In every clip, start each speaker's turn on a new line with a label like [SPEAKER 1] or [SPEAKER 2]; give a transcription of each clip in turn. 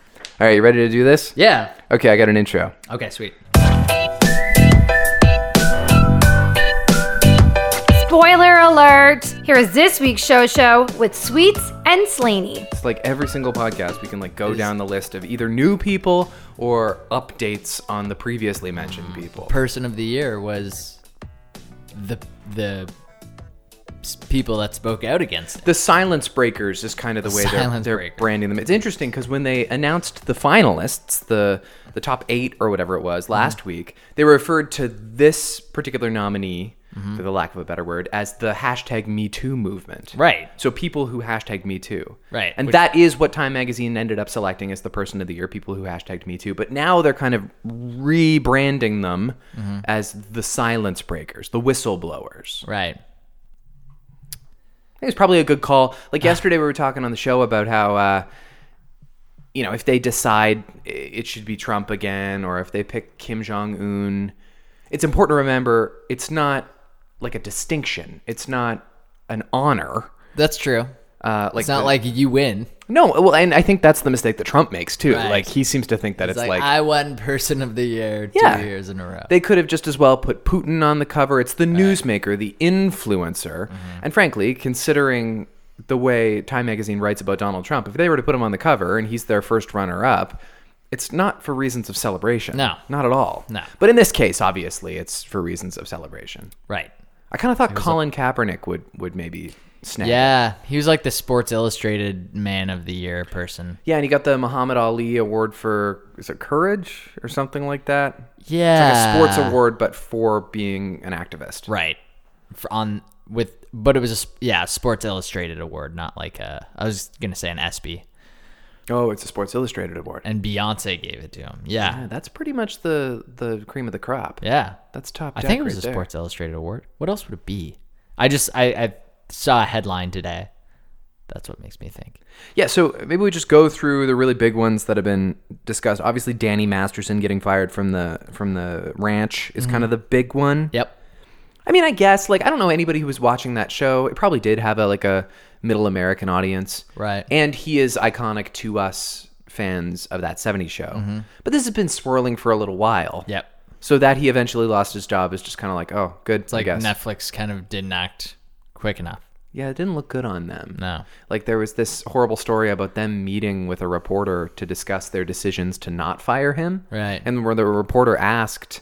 [SPEAKER 1] All right, you ready to do this?
[SPEAKER 2] Yeah.
[SPEAKER 1] Okay, I got an intro.
[SPEAKER 2] Okay, sweet.
[SPEAKER 3] Spoiler alert! Here is this week's show show with Sweets and Slaney.
[SPEAKER 1] It's like every single podcast we can like go down the list of either new people or updates on the previously mentioned
[SPEAKER 2] Mm.
[SPEAKER 1] people.
[SPEAKER 2] Person of the year was the the s- people that spoke out against it.
[SPEAKER 1] The silence breakers is kind of the way they're,
[SPEAKER 2] Silence
[SPEAKER 1] they're
[SPEAKER 2] breakers.
[SPEAKER 1] branding them. It's interesting because when they announced the finalists, the the top eight or whatever it was last
[SPEAKER 2] Mm-hmm.
[SPEAKER 1] week, they referred to this particular nominee,
[SPEAKER 2] Mm-hmm.
[SPEAKER 1] for the lack of a better word, as the hashtag Me Too movement.
[SPEAKER 2] Right.
[SPEAKER 1] So people who hashtag Me Too.
[SPEAKER 2] Right,
[SPEAKER 1] And
[SPEAKER 2] which-
[SPEAKER 1] that is what Time Magazine ended up selecting as the person of the year, people who hashtagged Me Too. But now they're kind of rebranding them
[SPEAKER 2] Mm-hmm.
[SPEAKER 1] as the silence breakers, the whistleblowers.
[SPEAKER 2] Right.
[SPEAKER 1] I think it's probably a good call. Like yesterday, we were talking on the show about how, uh, you know, if they decide i- it should be Trump again, or if they pick Kim Jong Un, it's important to remember it's not like a distinction. It's not an honor.
[SPEAKER 2] That's true.
[SPEAKER 1] Uh, like
[SPEAKER 2] It's not
[SPEAKER 1] the-
[SPEAKER 2] like you win.
[SPEAKER 1] no. Well, and I think that's the mistake that Trump makes too.
[SPEAKER 2] Right.
[SPEAKER 1] Like he seems to think that
[SPEAKER 2] It's
[SPEAKER 1] it's,
[SPEAKER 2] like,
[SPEAKER 1] like,
[SPEAKER 2] I won person of the year two
[SPEAKER 1] Yeah.
[SPEAKER 2] years in a row.
[SPEAKER 1] They could have just as well put Putin on the cover. It's the newsmaker, the influencer.
[SPEAKER 2] Mm-hmm.
[SPEAKER 1] And frankly, considering the way Time magazine writes about Donald Trump, if they were to put him on the cover and he's their first runner up, it's not for reasons of celebration.
[SPEAKER 2] No.
[SPEAKER 1] Not at all.
[SPEAKER 2] No.
[SPEAKER 1] But in this case, obviously, it's for reasons of celebration.
[SPEAKER 2] right.
[SPEAKER 1] I kind of thought Colin Kaepernick would, would maybe snag. it.
[SPEAKER 2] Yeah, he was like the Sports Illustrated Man of the Year person.
[SPEAKER 1] Yeah, and he got the Muhammad Ali Award for, is it courage or something like that? Like a
[SPEAKER 2] Yeah,
[SPEAKER 1] sports award, but for being an activist.
[SPEAKER 2] Right. For on with but it was a s- yeah, Sports Illustrated award, not like a I was going to say an ESPY.
[SPEAKER 1] Oh, it's a Sports Illustrated award.
[SPEAKER 2] And Beyonce gave it to him. Yeah.
[SPEAKER 1] Yeah, that's pretty much the the cream of the crop.
[SPEAKER 2] Yeah.
[SPEAKER 1] That's top.
[SPEAKER 2] I
[SPEAKER 1] deck
[SPEAKER 2] think it was
[SPEAKER 1] right
[SPEAKER 2] a
[SPEAKER 1] there.
[SPEAKER 2] Sports Illustrated award. What else would it be? I just I, I saw a headline today. That's what makes me think.
[SPEAKER 1] Yeah, so maybe we just go through the really big ones that have been discussed. Obviously, Danny Masterson getting fired from the from the ranch is
[SPEAKER 2] Mm-hmm.
[SPEAKER 1] kind of the big one.
[SPEAKER 2] Yep.
[SPEAKER 1] I mean, I guess like I don't know anybody who was watching that show. It probably did have a like a middle American audience,
[SPEAKER 2] Right.
[SPEAKER 1] And he is iconic to us fans of that '70s show.
[SPEAKER 2] Mm-hmm.
[SPEAKER 1] But this has been swirling for a little while.
[SPEAKER 2] Yep.
[SPEAKER 1] So that he eventually lost his job is just kind of like, oh, good.
[SPEAKER 2] It's like
[SPEAKER 1] I guess.
[SPEAKER 2] Netflix kind of didn't act quick enough.
[SPEAKER 1] yeah, it didn't look good on them.
[SPEAKER 2] No.
[SPEAKER 1] Like there was this horrible story about them meeting with a reporter to discuss their decisions to not fire him.
[SPEAKER 2] Right.
[SPEAKER 1] And where the reporter asked,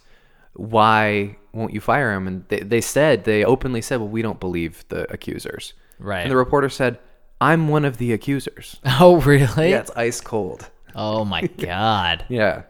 [SPEAKER 1] "Why won't you fire him?" and they, they said they openly said, "Well, we don't believe the accusers."
[SPEAKER 2] Right.
[SPEAKER 1] And the reporter said, "I'm one of the accusers."
[SPEAKER 2] Oh, really?
[SPEAKER 1] yeah, it's ice cold.
[SPEAKER 2] Oh my god.
[SPEAKER 1] Yeah.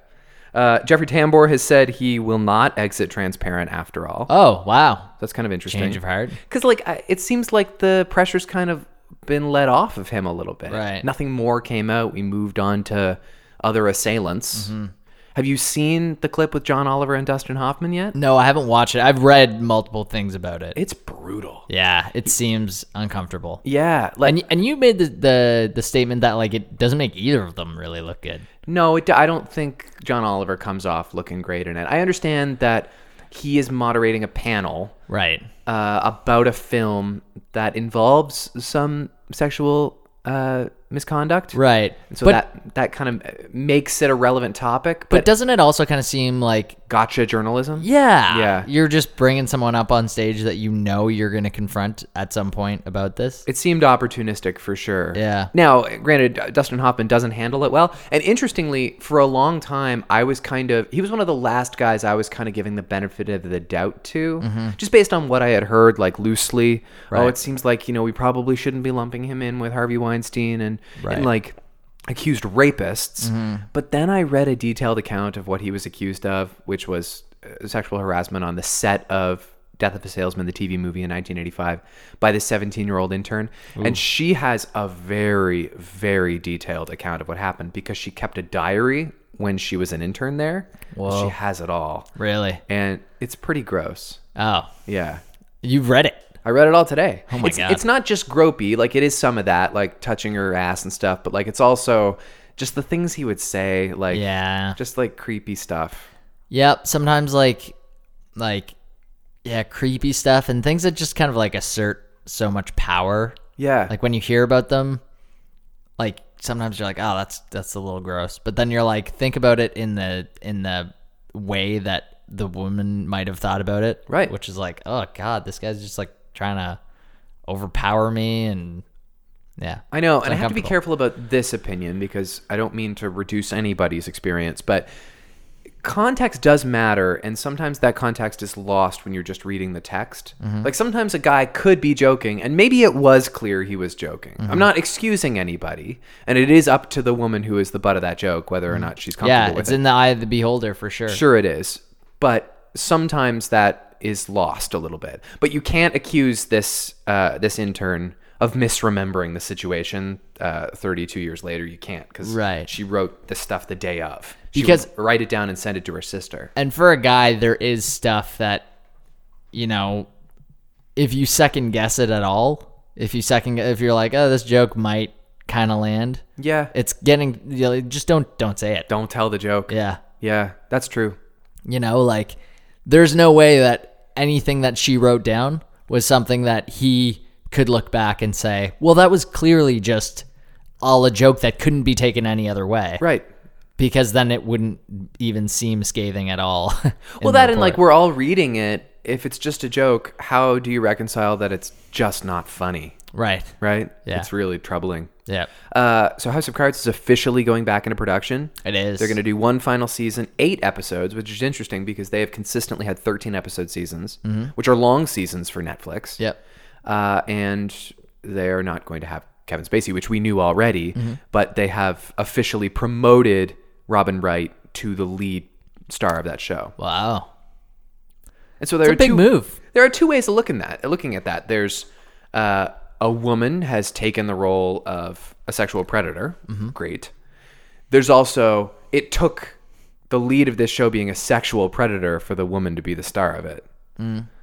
[SPEAKER 1] Uh, Jeffrey Tambor has said he will not exit Transparent after all.
[SPEAKER 2] Oh, wow.
[SPEAKER 1] That's kind of interesting.
[SPEAKER 2] Change of heart.
[SPEAKER 1] Because like I, it seems like the pressure's kind of been let off of him a little bit.
[SPEAKER 2] Right.
[SPEAKER 1] Nothing more came out. We moved on to other assailants.
[SPEAKER 2] Mm-hmm.
[SPEAKER 1] Have you seen the clip with John Oliver and Dustin Hoffman yet?
[SPEAKER 2] No, I haven't watched it. I've read multiple things about it.
[SPEAKER 1] It's brutal.
[SPEAKER 2] Yeah, it seems uncomfortable.
[SPEAKER 1] Yeah. Like
[SPEAKER 2] And y- and you made the, the the statement that like it doesn't make either of them really look good.
[SPEAKER 1] no, it, I don't think John Oliver comes off looking great in it. I understand that he is moderating a panel
[SPEAKER 2] Right.
[SPEAKER 1] uh, about a film that involves some sexual uh, misconduct.
[SPEAKER 2] Right.
[SPEAKER 1] So
[SPEAKER 2] but
[SPEAKER 1] that that kind of makes it a relevant topic,
[SPEAKER 2] but
[SPEAKER 1] but,
[SPEAKER 2] doesn't it also kind of seem like
[SPEAKER 1] gotcha journalism.
[SPEAKER 2] yeah,
[SPEAKER 1] Yeah.
[SPEAKER 2] you're just bringing someone up on stage that you know you're going to confront at some point about this?
[SPEAKER 1] It seemed opportunistic for sure.
[SPEAKER 2] Yeah.
[SPEAKER 1] Now, granted, Dustin Hoffman doesn't handle it well, and interestingly, for a long time, I was kind of he was one of the last guys I was kind of giving the benefit of the doubt to,
[SPEAKER 2] Mm-hmm.
[SPEAKER 1] just based on what I had heard, like loosely. Oh, it seems like you know we probably shouldn't be lumping him in with Harvey Weinstein and, and like accused rapists. But then I read a detailed account of what he was accused of, which was uh, sexual harassment on the set of Death of a Salesman, the TV movie in 1985, by this 17 year old intern. And she has a very, very detailed account of what happened because she kept a diary when she was an intern there.
[SPEAKER 2] Whoa.
[SPEAKER 1] She has it all.
[SPEAKER 2] Really?
[SPEAKER 1] And it's pretty gross.
[SPEAKER 2] Oh,
[SPEAKER 1] Yeah.
[SPEAKER 2] you've read it.
[SPEAKER 1] I read it all today. Oh
[SPEAKER 2] my
[SPEAKER 1] it's,
[SPEAKER 2] God.
[SPEAKER 1] It's not just gropey, like it is some of that, like touching her ass and stuff, but like it's also just the things he would say, like
[SPEAKER 2] Yeah.
[SPEAKER 1] just like creepy stuff.
[SPEAKER 2] Yep, sometimes like like yeah, creepy stuff and things that just kind of like assert so much power.
[SPEAKER 1] Yeah.
[SPEAKER 2] Like when you hear about them, like sometimes you're like, oh, that's that's a little gross, but then you're like, think about it in the in the way that the woman might have thought about it,
[SPEAKER 1] Right.
[SPEAKER 2] Which is like, oh god, this guy's just like trying to overpower me, and yeah,
[SPEAKER 1] I know, and I have to be
[SPEAKER 2] uncomfortable.
[SPEAKER 1] careful about this opinion because I don't mean to reduce anybody's experience, but context does matter, and sometimes that context is lost when you're just reading the text.
[SPEAKER 2] Mm-hmm.
[SPEAKER 1] Like sometimes a guy could be joking, and maybe it was clear he was joking.
[SPEAKER 2] Mm-hmm.
[SPEAKER 1] I'm not excusing anybody, and it is up to the woman who is the butt of that joke whether or not she's comfortable
[SPEAKER 2] Mm-hmm. yeah,
[SPEAKER 1] with
[SPEAKER 2] it's
[SPEAKER 1] it.
[SPEAKER 2] in the eye of the beholder for sure.
[SPEAKER 1] Sure, it is. But sometimes that is lost a little bit. But you can't accuse this uh, this intern of misremembering the situation. Uh, Thirty two years later, you can't because
[SPEAKER 2] Right.
[SPEAKER 1] she wrote the stuff the day of. She
[SPEAKER 2] Because-
[SPEAKER 1] would write it down and send it to her sister.
[SPEAKER 2] and for a guy, there is stuff that, you know, if you second guess it at all, if you second, if you're like, oh, this joke might kind of land,
[SPEAKER 1] Yeah,
[SPEAKER 2] it's getting, you know, just don't, don't say it.
[SPEAKER 1] don't tell the joke.
[SPEAKER 2] Yeah.
[SPEAKER 1] yeah, that's true.
[SPEAKER 2] You know, like there's no way that anything that she wrote down was something that he could look back and say, well, that was clearly just all a joke that couldn't be taken any other way.
[SPEAKER 1] Right.
[SPEAKER 2] Because then it wouldn't even seem scathing at all. in
[SPEAKER 1] Well,
[SPEAKER 2] the
[SPEAKER 1] that and
[SPEAKER 2] report.
[SPEAKER 1] like we're all reading it. If it's just a joke, how do you reconcile that it's just not funny?
[SPEAKER 2] Right.
[SPEAKER 1] Right.
[SPEAKER 2] Yeah.
[SPEAKER 1] It's really troubling.
[SPEAKER 2] Yeah.
[SPEAKER 1] Uh, so House of Cards is officially going back into production.
[SPEAKER 2] It is.
[SPEAKER 1] They're going to do one final season, eight episodes, which is interesting because they have consistently had 13 episode seasons,
[SPEAKER 2] Mm-hmm.
[SPEAKER 1] which are long seasons for Netflix.
[SPEAKER 2] Yep.
[SPEAKER 1] Uh, and they are not going to have Kevin Spacey, which we knew already,
[SPEAKER 2] Mm-hmm.
[SPEAKER 1] but they have officially promoted Robin Wright to the lead star of that show.
[SPEAKER 2] Wow.
[SPEAKER 1] And so there
[SPEAKER 2] It's
[SPEAKER 1] are
[SPEAKER 2] a big
[SPEAKER 1] two,
[SPEAKER 2] move.
[SPEAKER 1] There are two ways of looking at looking at that. There's uh, a woman has taken the role of a sexual predator. Great. There's also it took the lead of this show being a sexual predator for the woman to be the star of it.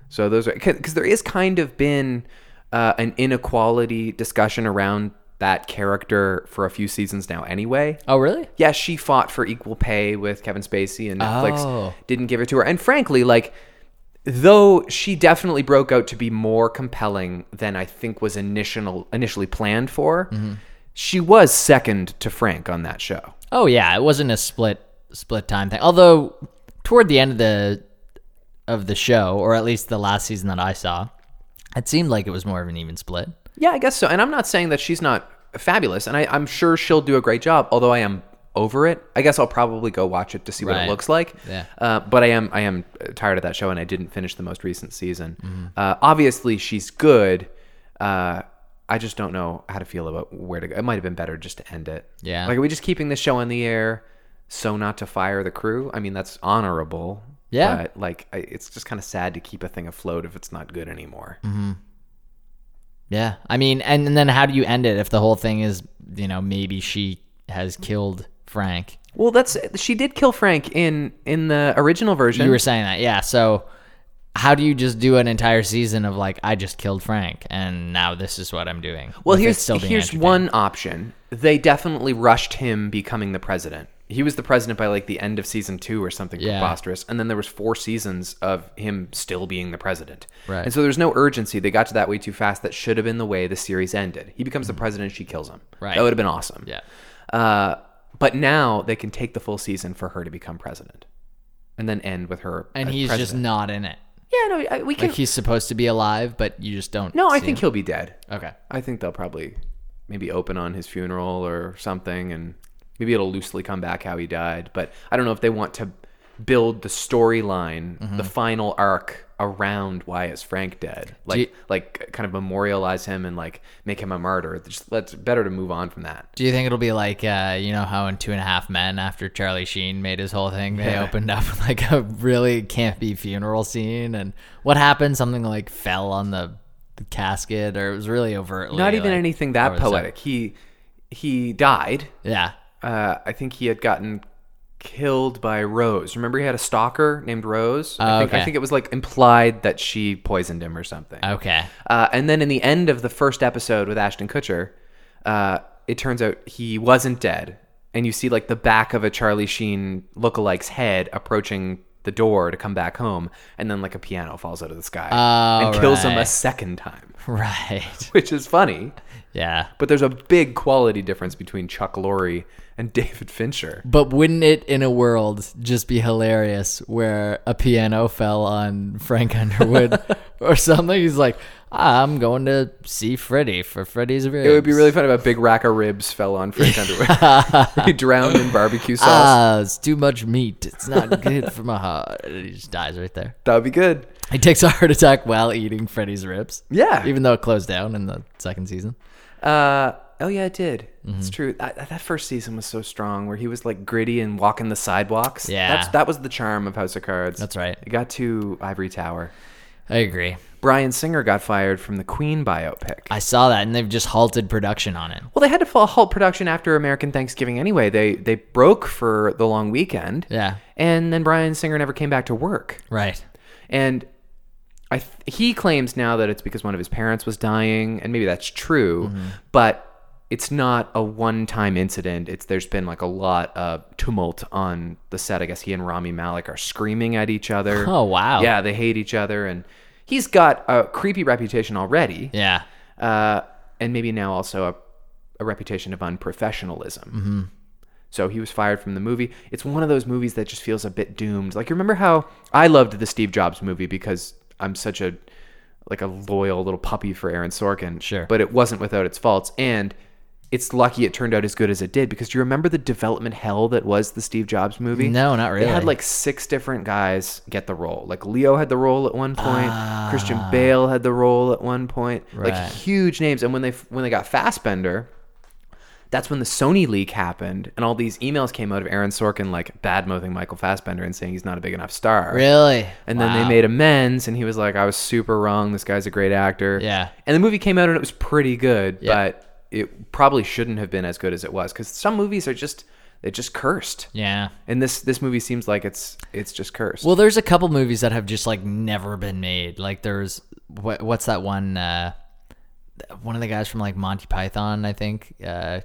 [SPEAKER 1] So those are because there is kind of been uh, an inequality discussion around that character for a few seasons now. Anyway,
[SPEAKER 2] Oh, really?
[SPEAKER 1] yeah, she fought for equal pay with Kevin Spacey, and Netflix
[SPEAKER 2] Oh.
[SPEAKER 1] didn't give it to her. And frankly, like, though she definitely broke out to be more compelling than I think was initial initially planned for, she was second to Frank on that show.
[SPEAKER 2] Oh, yeah. It wasn't a split split time thing. Although toward the end of the of the show, or at least the last season that I saw, it seemed like it was more of an even split.
[SPEAKER 1] Yeah, I guess so. And I'm not saying that she's not fabulous, and I, I'm sure she'll do a great job. Although I am over it. I guess I'll probably go watch it to see what
[SPEAKER 2] Right.
[SPEAKER 1] it looks like.
[SPEAKER 2] Yeah.
[SPEAKER 1] Uh, but I am I am tired of that show, and I didn't finish the most recent season.
[SPEAKER 2] Mm-hmm.
[SPEAKER 1] Uh, obviously, she's good. Uh, I just don't know how to feel about where to go. It might have been better just to end it.
[SPEAKER 2] Yeah.
[SPEAKER 1] Like, are we just keeping this show on the air? So not to fire the crew. I mean, that's honorable.
[SPEAKER 2] Yeah.
[SPEAKER 1] But like, I, it's just kind of sad to keep a thing afloat if it's not good anymore.
[SPEAKER 2] Yeah. I mean, and, and then how do you end it if the whole thing is, you know, maybe she has killed Frank?
[SPEAKER 1] Well, that's she did kill Frank in in the original version.
[SPEAKER 2] You were saying that, yeah. So how do you just do an entire season of like I just killed Frank and now this is what I'm doing?
[SPEAKER 1] well,
[SPEAKER 2] with it
[SPEAKER 1] here's
[SPEAKER 2] still being
[SPEAKER 1] here's
[SPEAKER 2] entertaining?
[SPEAKER 1] one option. They definitely rushed him becoming the president. He was the president by like the end of season two or something
[SPEAKER 2] Yeah.
[SPEAKER 1] preposterous, and then there was four seasons of him still being the president.
[SPEAKER 2] Right.
[SPEAKER 1] And so there's no urgency. They got to that way too fast. That should have been the way the series ended. He becomes the president. She kills him.
[SPEAKER 2] Mm-hmm. Right.
[SPEAKER 1] That would have been awesome.
[SPEAKER 2] Yeah.
[SPEAKER 1] Uh, but now they can take the full season for her to become president, and then end with her.
[SPEAKER 2] And
[SPEAKER 1] as
[SPEAKER 2] he's
[SPEAKER 1] president.
[SPEAKER 2] just not in it.
[SPEAKER 1] yeah. No, I- we can.
[SPEAKER 2] Like he's supposed to be alive, but you just don't.
[SPEAKER 1] no, I
[SPEAKER 2] see
[SPEAKER 1] think
[SPEAKER 2] him.
[SPEAKER 1] he'll be dead.
[SPEAKER 2] Okay.
[SPEAKER 1] I think they'll probably maybe open on his funeral or something, and maybe it'll loosely come back how he died. But I don't know if they want to build the storyline,
[SPEAKER 2] Mm-hmm.
[SPEAKER 1] the final arc around why is Frank dead, like
[SPEAKER 2] you-
[SPEAKER 1] like kind of memorialize him and like make him a martyr. Just let's better to move on from that.
[SPEAKER 2] Do you think it'll be like uh, you know how in Two and a Half Men after Charlie Sheen made his whole thing, they opened up with like a really campy funeral scene, and what happened? Something like fell on the, the casket, or it was really overtly
[SPEAKER 1] Not even
[SPEAKER 2] like-
[SPEAKER 1] anything
[SPEAKER 2] or
[SPEAKER 1] that
[SPEAKER 2] was
[SPEAKER 1] poetic. He he died.
[SPEAKER 2] Yeah.
[SPEAKER 1] Uh, I think he had gotten killed by Rose. Remember, he had a stalker named Rose. I,
[SPEAKER 2] Oh,
[SPEAKER 1] think, I
[SPEAKER 2] okay. Oh.
[SPEAKER 1] think it was like implied that she poisoned him or something.
[SPEAKER 2] Okay.
[SPEAKER 1] Uh, and then in the end of the first episode with Ashton Kutcher, uh, it turns out he wasn't dead, and you see like the back of a Charlie Sheen lookalike's head approaching the door to come back home, and then like a piano falls out of the sky
[SPEAKER 2] Oh,
[SPEAKER 1] and kills him a
[SPEAKER 2] right.
[SPEAKER 1] second time,
[SPEAKER 2] Right.
[SPEAKER 1] which is funny.
[SPEAKER 2] Yeah.
[SPEAKER 1] But there's a big quality difference between Chuck Lorre and David Fincher.
[SPEAKER 2] But wouldn't it in a world just be hilarious where a piano fell on Frank Underwood or something? He's like, "Ah, I'm going to see Freddie for Freddie's ribs.
[SPEAKER 1] It would be really funny if a big rack of ribs fell on Frank Underwood. he drowned in barbecue sauce.
[SPEAKER 2] Ah, it's too much meat. It's not good for my heart. And he just dies right there.
[SPEAKER 1] that would be good.
[SPEAKER 2] He takes a heart attack while eating Freddy's ribs.
[SPEAKER 1] Yeah.
[SPEAKER 2] Even though it closed down in the second season.
[SPEAKER 1] Uh, oh yeah, it did.
[SPEAKER 2] Mm-hmm.
[SPEAKER 1] It's true. I, I- that first season was so strong, where he was like gritty and walking the sidewalks.
[SPEAKER 2] Yeah.
[SPEAKER 1] That's, that was the charm of House of Cards.
[SPEAKER 2] That's right.
[SPEAKER 1] It got to Ivory Tower.
[SPEAKER 2] I agree.
[SPEAKER 1] Brian Singer got fired from the Queen biopic.
[SPEAKER 2] I saw that and they've just halted production on it.
[SPEAKER 1] well, they had to fall- halt production after American Thanksgiving anyway. They they broke for the long weekend.
[SPEAKER 2] Yeah.
[SPEAKER 1] And then Brian Singer never came back to work.
[SPEAKER 2] Right.
[SPEAKER 1] And I th- he claims now that it's because one of his parents was dying, and maybe that's true,
[SPEAKER 2] Mm-hmm.
[SPEAKER 1] but it's not a one-time incident. It's there's been like a lot of tumult on the set. I guess he and Rami Malik are screaming at each other.
[SPEAKER 2] Oh, wow.
[SPEAKER 1] Yeah, they hate each other, and he's got a creepy reputation already,
[SPEAKER 2] Yeah.
[SPEAKER 1] uh, and maybe now also a, a reputation of unprofessionalism.
[SPEAKER 2] Mm-hmm.
[SPEAKER 1] So he was fired from the movie. It's one of those movies that just feels a bit doomed. Like remember how I loved the Steve Jobs movie because I'm such a like a loyal little puppy for Aaron Sorkin.
[SPEAKER 2] Sure.
[SPEAKER 1] But it wasn't without its faults and it's lucky it turned out as good as it did because do you remember the development hell that was the Steve Jobs movie?
[SPEAKER 2] No, not
[SPEAKER 1] They had
[SPEAKER 2] really.
[SPEAKER 1] like six different guys get the role. Like Leo had the role at one point. Christian Bale had the role at one point.
[SPEAKER 2] Ah. Right.
[SPEAKER 1] Like huge names. And when they when they got Fassbender, that's when the Sony leak happened, and all these emails came out of Aaron Sorkin like badmouthing Michael Fassbender and saying he's not a big enough star.
[SPEAKER 2] Really?
[SPEAKER 1] And then they made amends, and he was like, "I was super wrong. This guy's a great actor."
[SPEAKER 2] Yeah.
[SPEAKER 1] And the movie came out, and it was pretty good,
[SPEAKER 2] Yeah.
[SPEAKER 1] but it probably shouldn't have been as good as it was because some movies are just they're just cursed.
[SPEAKER 2] Yeah.
[SPEAKER 1] And this this movie seems like it's it's just cursed.
[SPEAKER 2] Well, there's a couple movies that have just like never been made. Like there's what, what's that one? Uh, one of the guys from like Monty Python, I think. Uh,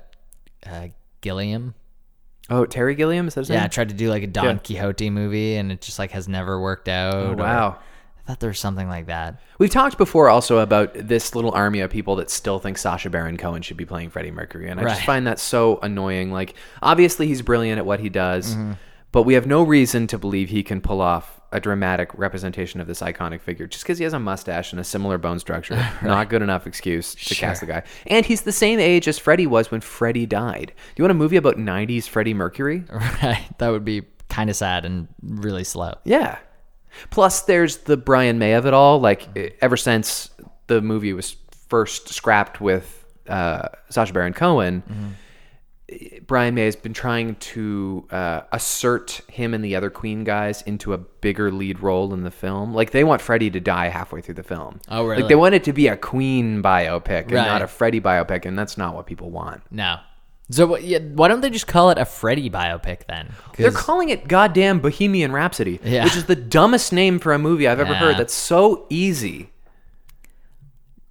[SPEAKER 2] uh, Gilliam.
[SPEAKER 1] oh, Terry Gilliam is that his
[SPEAKER 2] Yeah,
[SPEAKER 1] name?
[SPEAKER 2] tried to do like a Don
[SPEAKER 1] Yeah.
[SPEAKER 2] Quixote movie, and it just like has never worked out.
[SPEAKER 1] Oh,
[SPEAKER 2] or-
[SPEAKER 1] wow.
[SPEAKER 2] I thought there was something like that.
[SPEAKER 1] We've talked before also about this little army of people that still think Sasha Baron Cohen should be playing Freddie Mercury, and I
[SPEAKER 2] Right.
[SPEAKER 1] just find that so annoying. Like, obviously he's brilliant at what he does,
[SPEAKER 2] Mm-hmm.
[SPEAKER 1] but we have no reason to believe he can pull off a dramatic representation of this iconic figure just because he has a mustache and a similar bone structure. Not good enough excuse to cast the guy. And he's the same age as Freddie was when Freddie died. Do you want a movie about '90s Freddie Mercury?
[SPEAKER 2] Right, that would be kind of sad and really slow.
[SPEAKER 1] Yeah. Plus, there's the Brian May of it all. Like,
[SPEAKER 2] Mm-hmm.
[SPEAKER 1] e- ever since the movie was first scrapped with uh, Sacha Baron Cohen,
[SPEAKER 2] Mm-hmm.
[SPEAKER 1] e- Brian May has been trying to uh, assert him and the other Queen guys into a bigger lead role in the film. Like, they want Freddie to die halfway through the film.
[SPEAKER 2] Oh,
[SPEAKER 1] Like,
[SPEAKER 2] really?
[SPEAKER 1] they want it to be a Queen biopic and
[SPEAKER 2] Right.
[SPEAKER 1] not a Freddie biopic, and that's not what people want.
[SPEAKER 2] No. So what- yeah, why don't they just call it a Freddy biopic then? 'Cause-
[SPEAKER 1] They're calling it goddamn Bohemian Rhapsody,
[SPEAKER 2] Yeah.
[SPEAKER 1] which is the dumbest name for a movie I've ever
[SPEAKER 2] Yeah.
[SPEAKER 1] heard. That's so easy.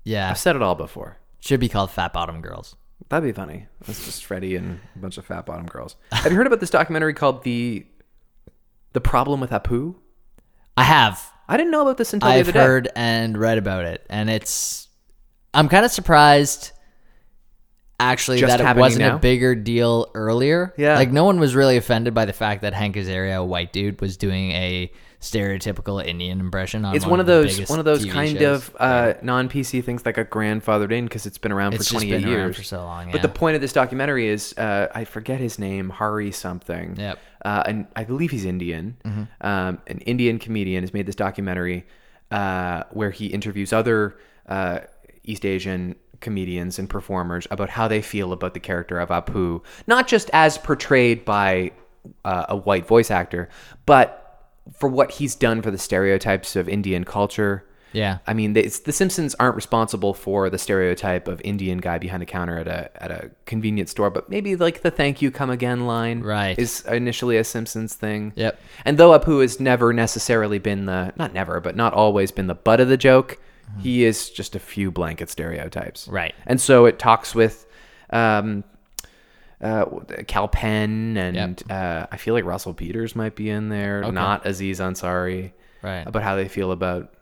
[SPEAKER 2] yeah,
[SPEAKER 1] I've said it all before.
[SPEAKER 2] should be called Fat Bottom Girls.
[SPEAKER 1] That'd be funny. That's just Freddie and a bunch of fat bottom girls. Have you heard about this documentary called the the problem with Apu?
[SPEAKER 2] I have.
[SPEAKER 1] I didn't know about this until
[SPEAKER 2] I've
[SPEAKER 1] the other
[SPEAKER 2] heard and read about it, and it's. I'm kind of surprised, actually,
[SPEAKER 1] Just
[SPEAKER 2] that it
[SPEAKER 1] happening
[SPEAKER 2] wasn't a
[SPEAKER 1] now?
[SPEAKER 2] bigger deal earlier.
[SPEAKER 1] Yeah.
[SPEAKER 2] like no one was really offended by the fact that Hank Azaria, a white dude, was doing a stereotypical Indian impression on.
[SPEAKER 1] day. It's
[SPEAKER 2] one,
[SPEAKER 1] one of
[SPEAKER 2] the
[SPEAKER 1] those
[SPEAKER 2] biggest
[SPEAKER 1] one of those
[SPEAKER 2] TV
[SPEAKER 1] kind
[SPEAKER 2] shows.
[SPEAKER 1] of uh, non PC things that got grandfathered in because it's been around
[SPEAKER 2] It's
[SPEAKER 1] for
[SPEAKER 2] just
[SPEAKER 1] twenty eight
[SPEAKER 2] been around
[SPEAKER 1] years
[SPEAKER 2] for so long, yeah.
[SPEAKER 1] But the point of this documentary is uh, I forget his name, Hari something.
[SPEAKER 2] Yep. Mm-hmm.
[SPEAKER 1] Uh, and I believe he's Indian. Um, an Indian comedian has made this documentary uh, where he interviews other uh, East Asian comedians and performers about how they feel about the character of Apu, not just as portrayed by uh, a white voice actor, but for what he's done for the stereotypes of Indian culture.
[SPEAKER 2] yeah.
[SPEAKER 1] I mean, they, it's, the Simpsons aren't responsible for the stereotype of Indian guy behind the counter at a at a convenience store, but maybe like the "thank you, come again" line,
[SPEAKER 2] Right.
[SPEAKER 1] is initially a Simpsons thing.
[SPEAKER 2] Yep.
[SPEAKER 1] And though Apu has never necessarily been the not never, but not always been the butt of the joke, he is just a few blanket stereotypes.
[SPEAKER 2] Right.
[SPEAKER 1] And so it talks with um, uh, Cal Penn, and uh, I feel like Russell Peters might be in there, not Aziz Ansari,
[SPEAKER 2] Right.
[SPEAKER 1] about how they feel about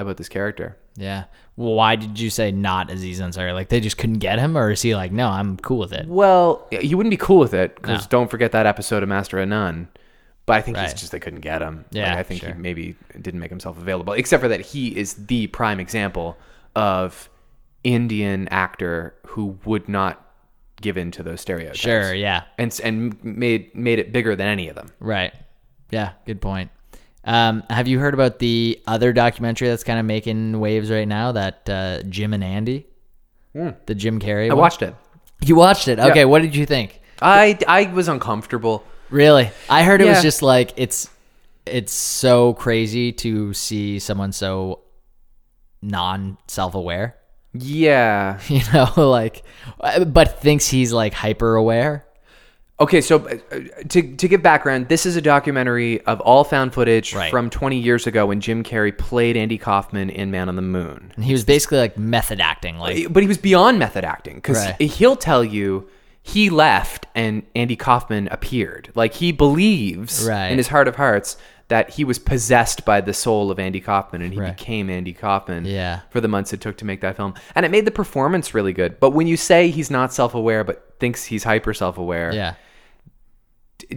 [SPEAKER 1] about this character.
[SPEAKER 2] Yeah. Well, why did you say not Aziz Ansari? Like they just couldn't get him, or is he like, no, I'm cool with it?
[SPEAKER 1] Well, you wouldn't be cool with it because don't forget that episode of Master of None. But I think
[SPEAKER 2] Right.
[SPEAKER 1] he's just they couldn't get him.
[SPEAKER 2] Yeah,
[SPEAKER 1] Like, I think he
[SPEAKER 2] sure.
[SPEAKER 1] maybe didn't make himself available, except for that he is the prime example of Indian actor who would not give in to those stereotypes.
[SPEAKER 2] Sure. Yeah.
[SPEAKER 1] and s- and made made it bigger than any of them.
[SPEAKER 2] Right. Yeah. Good point. Um, have you heard about the other documentary that's kind of making waves right now? That uh, Jim and Andy, the Jim Carrey.
[SPEAKER 1] Hmm. I watched it.
[SPEAKER 2] You watched it. Okay. What did you think?
[SPEAKER 1] I I was uncomfortable.
[SPEAKER 2] Really? I heard it was
[SPEAKER 1] Yeah.
[SPEAKER 2] just like it's it's so crazy to see someone so non self aware.
[SPEAKER 1] Yeah.
[SPEAKER 2] You know, like, uh, but thinks he's like hyper aware.
[SPEAKER 1] Okay, so uh, to to give background, this is a documentary of all found footage
[SPEAKER 2] Right.
[SPEAKER 1] from 20 years ago when Jim Carrey played Andy Kaufman in Man on the Moon. Eh,
[SPEAKER 2] And he was basically like method acting. Like,
[SPEAKER 1] But he was beyond method acting because
[SPEAKER 2] Right.
[SPEAKER 1] he'll tell you he left and Andy Kaufman appeared. Like he believes
[SPEAKER 2] Right.
[SPEAKER 1] in his heart of hearts that he was possessed by the soul of Andy Kaufman and he became Andy Kaufman
[SPEAKER 2] Yeah.
[SPEAKER 1] for the months it took to make that film. And it made the performance really good. But when you say he's not self aware but thinks he's hyper self aware,
[SPEAKER 2] yeah.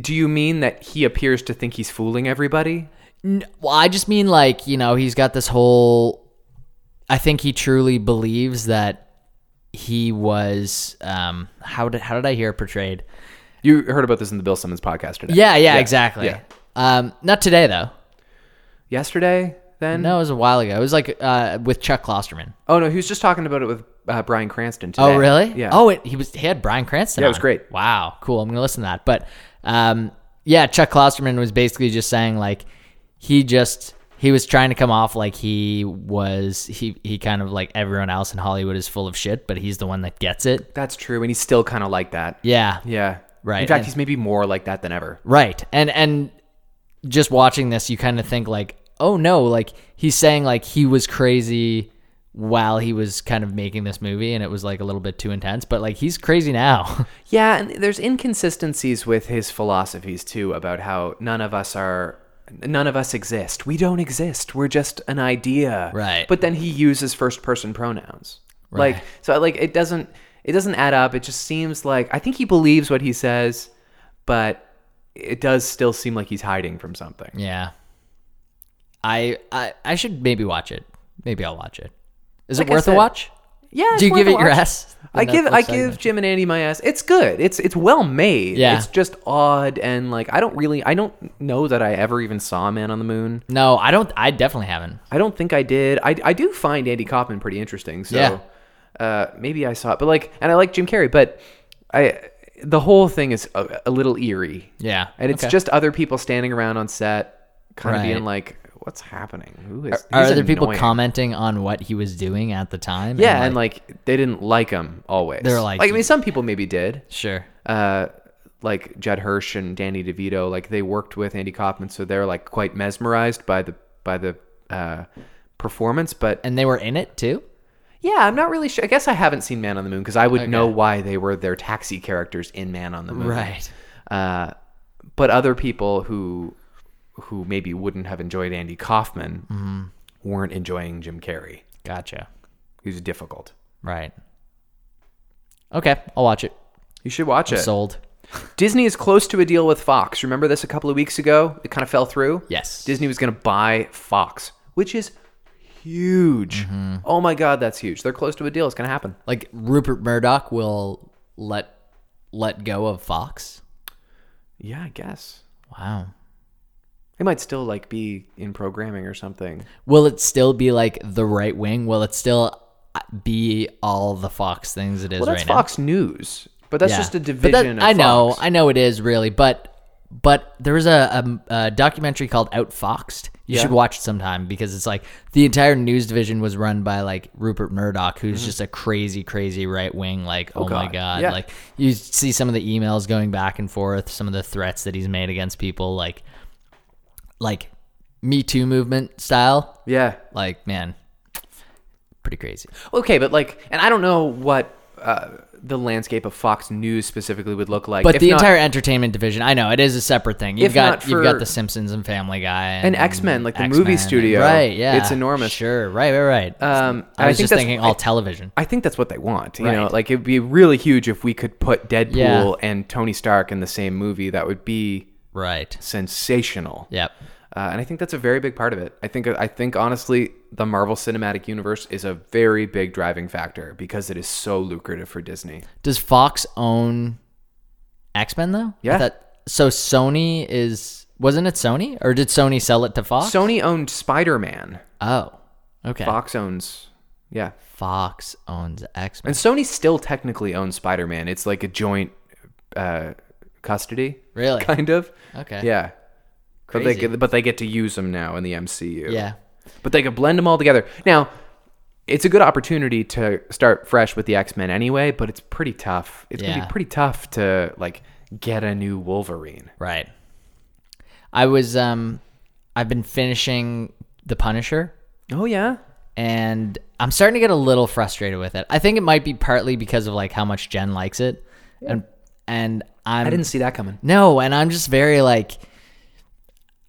[SPEAKER 1] do you mean that he appears to think he's fooling everybody?
[SPEAKER 2] N- Well, I just mean like you know he's got this whole. I think he truly believes that he was. Um, how did how did I hear it portrayed?
[SPEAKER 1] You heard about this in the Bill Simmons podcast today.
[SPEAKER 2] Yeah, yeah, exactly.
[SPEAKER 1] yeah.
[SPEAKER 2] Um, not today though.
[SPEAKER 1] Yesterday, then?
[SPEAKER 2] No, it was a while ago. It was like uh, with Chuck Klosterman.
[SPEAKER 1] Oh, no, he was just talking about it with uh, Brian Cranston today.
[SPEAKER 2] Oh, really?
[SPEAKER 1] Yeah.
[SPEAKER 2] Oh, it, he was. He had Brian Cranston.
[SPEAKER 1] Yeah, it was
[SPEAKER 2] on.
[SPEAKER 1] great.
[SPEAKER 2] Wow, cool. I'm gonna listen to that. But, um, yeah, Chuck Klosterman was basically just saying like he just he was trying to come off like he was he he kind of like everyone else in Hollywood is full of shit, but he's the one that gets it.
[SPEAKER 1] That's true. And he's still kind of like that.
[SPEAKER 2] Yeah.
[SPEAKER 1] Yeah.
[SPEAKER 2] Right,
[SPEAKER 1] In fact,
[SPEAKER 2] and-
[SPEAKER 1] he's maybe more like that than ever.
[SPEAKER 2] Right. And and just watching this, you kind of think like, oh no, like he's saying like he was crazy while he was kind of making this movie and it was like a little bit too intense but like he's crazy now
[SPEAKER 1] Yeah. And there's inconsistencies with his philosophies, too, about how none of us are. None of us exist. We don't exist. We're just an idea.
[SPEAKER 2] Right.
[SPEAKER 1] But then he uses first person pronouns.
[SPEAKER 2] Right.
[SPEAKER 1] Like so like it doesn't it doesn't add up. It just seems like I think he believes what he says, but it does still seem like he's hiding from something.
[SPEAKER 2] Yeah. I I I should maybe watch it. Maybe I'll watch it. Is
[SPEAKER 1] Like
[SPEAKER 2] it
[SPEAKER 1] I
[SPEAKER 2] worth
[SPEAKER 1] said,
[SPEAKER 2] a watch?
[SPEAKER 1] Yeah. it's
[SPEAKER 2] Do you
[SPEAKER 1] worth
[SPEAKER 2] give
[SPEAKER 1] a
[SPEAKER 2] it your
[SPEAKER 1] watch.
[SPEAKER 2] ass? The
[SPEAKER 1] I give
[SPEAKER 2] Netflix
[SPEAKER 1] I
[SPEAKER 2] segment.
[SPEAKER 1] give Jim and Andy my ass. It's good. It's it's well made.
[SPEAKER 2] Yeah.
[SPEAKER 1] It's just odd and like I don't really I don't know that I ever even saw Man on the Moon.
[SPEAKER 2] No, I don't I definitely haven't.
[SPEAKER 1] I don't think I did. I I do find Andy Kaufman pretty interesting. So uh maybe I saw it. But like and I like Jim Carrey, but I the whole thing is a, a little eerie.
[SPEAKER 2] Yeah.
[SPEAKER 1] And it's
[SPEAKER 2] Okay.
[SPEAKER 1] just other people standing around on set kind of
[SPEAKER 2] Right.
[SPEAKER 1] being like what's happening? Who is
[SPEAKER 2] are
[SPEAKER 1] who's
[SPEAKER 2] other people
[SPEAKER 1] annoying?"
[SPEAKER 2] commenting on what he was doing at the time?
[SPEAKER 1] Yeah, and like they didn't like him always.
[SPEAKER 2] They're like-
[SPEAKER 1] I mean some people maybe did.
[SPEAKER 2] sure.
[SPEAKER 1] uh, like Jed Hirsch and Danny DeVito, like they worked with Andy Kaufman, so they're like quite mesmerized by the by the uh, performance. But
[SPEAKER 2] And they were in it too?
[SPEAKER 1] yeah, I'm not really sure. I guess I haven't seen Man on the Moon because I would know why they were their taxi characters in Man on the Moon.
[SPEAKER 2] Right.
[SPEAKER 1] Uh, but other people who who maybe wouldn't have enjoyed Andy Kaufman weren't enjoying Jim Carrey,
[SPEAKER 2] Gotcha.
[SPEAKER 1] who's difficult.
[SPEAKER 2] Right. Okay, I'll watch it.
[SPEAKER 1] You should watch it.
[SPEAKER 2] Sold.
[SPEAKER 1] Disney is close to a deal with Fox. Remember this a couple of weeks ago? It kind of fell through.
[SPEAKER 2] Yes.
[SPEAKER 1] Disney was going to buy Fox, which is huge. Oh my God, that's huge. They're close to a deal. It's going to happen.
[SPEAKER 2] Like Rupert Murdoch will let let go of Fox.
[SPEAKER 1] Yeah, I guess.
[SPEAKER 2] Wow.
[SPEAKER 1] It might still like be in programming or something.
[SPEAKER 2] Will it still be like the right wing? Will it still uh, be all the Fox things it is
[SPEAKER 1] Well, that's
[SPEAKER 2] right now?
[SPEAKER 1] Fox News, but that's
[SPEAKER 2] Yeah.
[SPEAKER 1] just a
[SPEAKER 2] But that-
[SPEAKER 1] division. of
[SPEAKER 2] I know,
[SPEAKER 1] Fox.
[SPEAKER 2] I know it is really, but but there was a, a, a documentary called Outfoxed. You should watch it sometime because it's like the entire news division was run by like Rupert Murdoch, who's just a crazy, crazy right wing. Like, oh, my
[SPEAKER 1] Mm-hmm. God.
[SPEAKER 2] god!
[SPEAKER 1] Yeah.
[SPEAKER 2] Like you see some of the emails going back and forth, some of the threats that he's made against people, like like Me Too movement style
[SPEAKER 1] Yeah.
[SPEAKER 2] like man pretty crazy
[SPEAKER 1] Okay, but like, and I don't know what uh, the landscape of Fox News specifically would look like.
[SPEAKER 2] But
[SPEAKER 1] if
[SPEAKER 2] the
[SPEAKER 1] not-
[SPEAKER 2] entire entertainment division, I know it is a separate thing. You've
[SPEAKER 1] If
[SPEAKER 2] got
[SPEAKER 1] not
[SPEAKER 2] you've got
[SPEAKER 1] for-
[SPEAKER 2] the Simpsons and Family Guy
[SPEAKER 1] And X-Men, like the movie
[SPEAKER 2] X-Men.
[SPEAKER 1] studio.
[SPEAKER 2] Right, yeah,
[SPEAKER 1] It's enormous.
[SPEAKER 2] Sure, right, right, right.
[SPEAKER 1] Um,
[SPEAKER 2] I
[SPEAKER 1] I
[SPEAKER 2] was
[SPEAKER 1] think
[SPEAKER 2] just
[SPEAKER 1] that's-
[SPEAKER 2] thinking all television.
[SPEAKER 1] I think that's what they want. You know,
[SPEAKER 2] Right.
[SPEAKER 1] like it'd be really huge if we could put Deadpool
[SPEAKER 2] Yeah.
[SPEAKER 1] and Tony Stark in the same movie. That would be
[SPEAKER 2] Right.
[SPEAKER 1] sensational.
[SPEAKER 2] Yep.
[SPEAKER 1] Uh, and I think that's a very big part of it. I think I think honestly, the Marvel Cinematic Universe is a very big driving factor because it is so lucrative for Disney.
[SPEAKER 2] Does Fox own X Men though? I
[SPEAKER 1] Yeah.
[SPEAKER 2] thought- so Sony is wasn't it Sony or did Sony sell it to Fox?
[SPEAKER 1] Sony owned Spider Man.
[SPEAKER 2] oh, okay. Fox,
[SPEAKER 1] Fox owns, yeah,
[SPEAKER 2] owns X Men.
[SPEAKER 1] and Sony still technically owns Spider Man. It's like a joint uh, custody,
[SPEAKER 2] Really?
[SPEAKER 1] kind of.
[SPEAKER 2] Okay.
[SPEAKER 1] Yeah. But they,
[SPEAKER 2] Crazy.
[SPEAKER 1] get, but they get to use them now in the MCU.
[SPEAKER 2] Yeah.
[SPEAKER 1] But they could blend them all together. Now, it's a good opportunity to start fresh with the X Men anyway, but it's pretty tough. It's going
[SPEAKER 2] Yeah.
[SPEAKER 1] to be pretty tough to, like, get a new Wolverine.
[SPEAKER 2] Right. I was um, I've been finishing The Punisher.
[SPEAKER 1] Oh, yeah.
[SPEAKER 2] and I'm starting to get a little frustrated with it. I think it might be partly because of like how much Jen likes it, and and I'm
[SPEAKER 1] I didn't see that coming.
[SPEAKER 2] no, and I'm just very like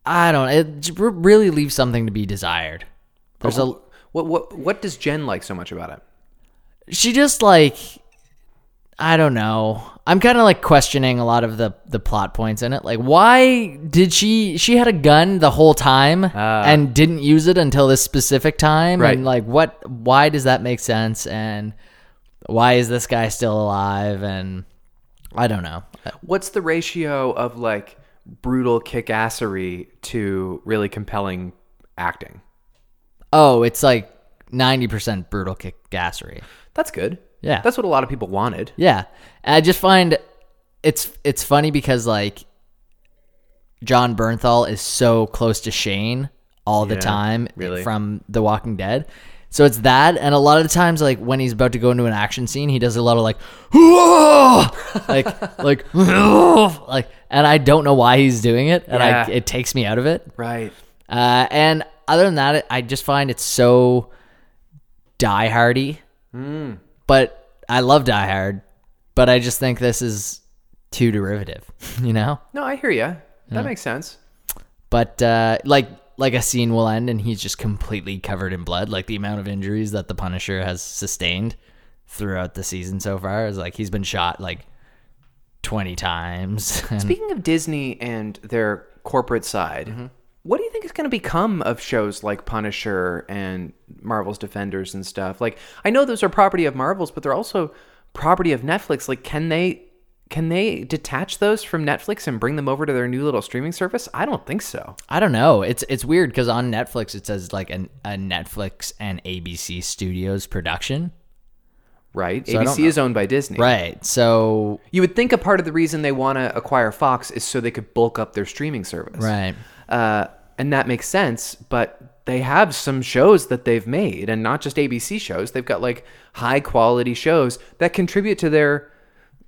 [SPEAKER 2] I don't. It j- re- really leaves something to be desired. There's
[SPEAKER 1] Oh.
[SPEAKER 2] a
[SPEAKER 1] What, what, what does Jen like so much about it?
[SPEAKER 2] she just like I don't know. I'm kind of like questioning a lot of the the plot points in it. Like, why did she she had a gun the whole time and didn't use it until this specific time?
[SPEAKER 1] Right.
[SPEAKER 2] And like, what? Why does that make sense? And why is this guy still alive? And I don't know.
[SPEAKER 1] What's the ratio of, like, brutal kick assery to really compelling acting?
[SPEAKER 2] Oh, it's like ninety percent brutal kick gassery.
[SPEAKER 1] That's good.
[SPEAKER 2] Yeah.
[SPEAKER 1] That's what a lot of people wanted.
[SPEAKER 2] Yeah. And I just find it's it's funny because like John Bernthal is so close to Shane all the time
[SPEAKER 1] really.
[SPEAKER 2] from The Walking Dead. So it's that and a lot of the times like when he's about to go into an action scene, he does a lot of like "Whoa!" like like like and I don't know why he's doing it and I
[SPEAKER 1] Yeah.
[SPEAKER 2] it takes me out of it.
[SPEAKER 1] Right.
[SPEAKER 2] Uh, and other than that, I just find it so Die Hardy. But I love Die Hard, but I just think this is too derivative, you know.
[SPEAKER 1] No, I hear you. That makes sense.
[SPEAKER 2] Mm-hmm. But uh, like like a scene will end and he's just completely covered in blood. Like the amount of injuries that the Punisher has sustained throughout the season so far is like he's been shot like twenty times. And-
[SPEAKER 1] Speaking of Disney and their corporate side,
[SPEAKER 2] Mm-hmm.
[SPEAKER 1] what do you think is going to become of shows like Punisher and Marvel's Defenders and stuff? Like, I know those are property of Marvel's, but they're also property of Netflix. Like, can they can they detach those from Netflix and bring them over to their new little streaming service? I don't think so.
[SPEAKER 2] I don't know. It's it's weird because on Netflix it says like an, a Netflix and ABC Studios production,
[SPEAKER 1] Right?
[SPEAKER 2] I don't
[SPEAKER 1] ABC is owned by Disney.
[SPEAKER 2] right? So
[SPEAKER 1] You would think a part of the reason they want to acquire Fox is so they could bulk up their streaming service.
[SPEAKER 2] right,
[SPEAKER 1] uh, and that makes sense. But they have some shows that they've made, and not just ABC shows. They've got like high quality shows that contribute to their,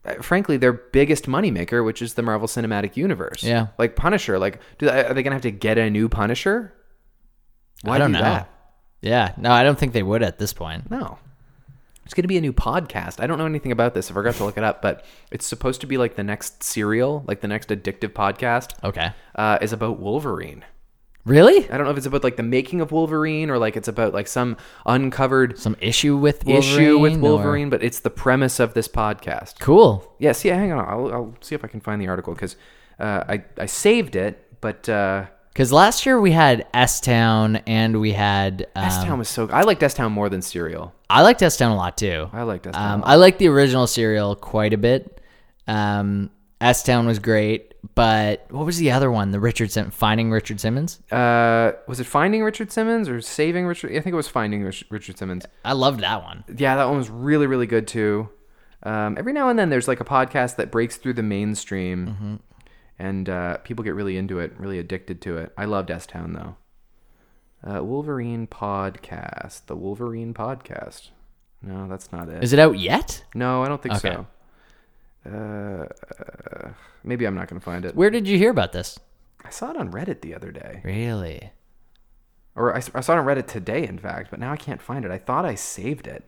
[SPEAKER 1] uh, frankly, their biggest moneymaker, which is the Marvel Cinematic Universe.
[SPEAKER 2] Yeah.
[SPEAKER 1] like Punisher. Like, do, are they gonna have to get a new Punisher? Why
[SPEAKER 2] I don't
[SPEAKER 1] do
[SPEAKER 2] know.
[SPEAKER 1] that?
[SPEAKER 2] yeah, no, I don't think they would at this point.
[SPEAKER 1] No. It's going to be a new podcast. I don't know anything about this. I forgot to look it up, but it's supposed to be like the next serial, like the next addictive podcast,
[SPEAKER 2] Okay,
[SPEAKER 1] uh, is about Wolverine.
[SPEAKER 2] really?
[SPEAKER 1] I don't know if it's about like the making of Wolverine or like it's about like some uncovered
[SPEAKER 2] Some issue with
[SPEAKER 1] issue with
[SPEAKER 2] or-
[SPEAKER 1] Wolverine, but it's the premise of this podcast.
[SPEAKER 2] Cool.
[SPEAKER 1] Yeah, see, hang on. I'll, I'll see if I can find the article because uh, I, I saved it, but uh,
[SPEAKER 2] Because last year we had S Town and we had um,
[SPEAKER 1] S Town was so. I liked S Town more than Serial.
[SPEAKER 2] I liked S Town a lot too.
[SPEAKER 1] I liked S Town.
[SPEAKER 2] Um, I like the original serial quite a bit. Um, S Town was great, but what was the other one? The Richard Sim- Finding Richard Simmons.
[SPEAKER 1] uh, was it Finding Richard Simmons or Saving Richard? I think it was Finding Rich- Richard Simmons.
[SPEAKER 2] I loved that one.
[SPEAKER 1] Yeah, that one was really, really good too. Um, every now and then there's like a podcast that breaks through the mainstream
[SPEAKER 2] Mm-hmm.
[SPEAKER 1] and uh, people get really into it, really addicted to it. I loved S Town though. Uh, Wolverine podcast. The Wolverine podcast. No, that's not it.
[SPEAKER 2] Is it out yet?
[SPEAKER 1] no, I don't think
[SPEAKER 2] Okay.
[SPEAKER 1] so. Uh, maybe I'm not going to find it.
[SPEAKER 2] Where did you hear about this?
[SPEAKER 1] I saw it on Reddit the other day.
[SPEAKER 2] Really?
[SPEAKER 1] Or I, s- I saw it on Reddit today, in fact, but now I can't find it. I thought I saved it.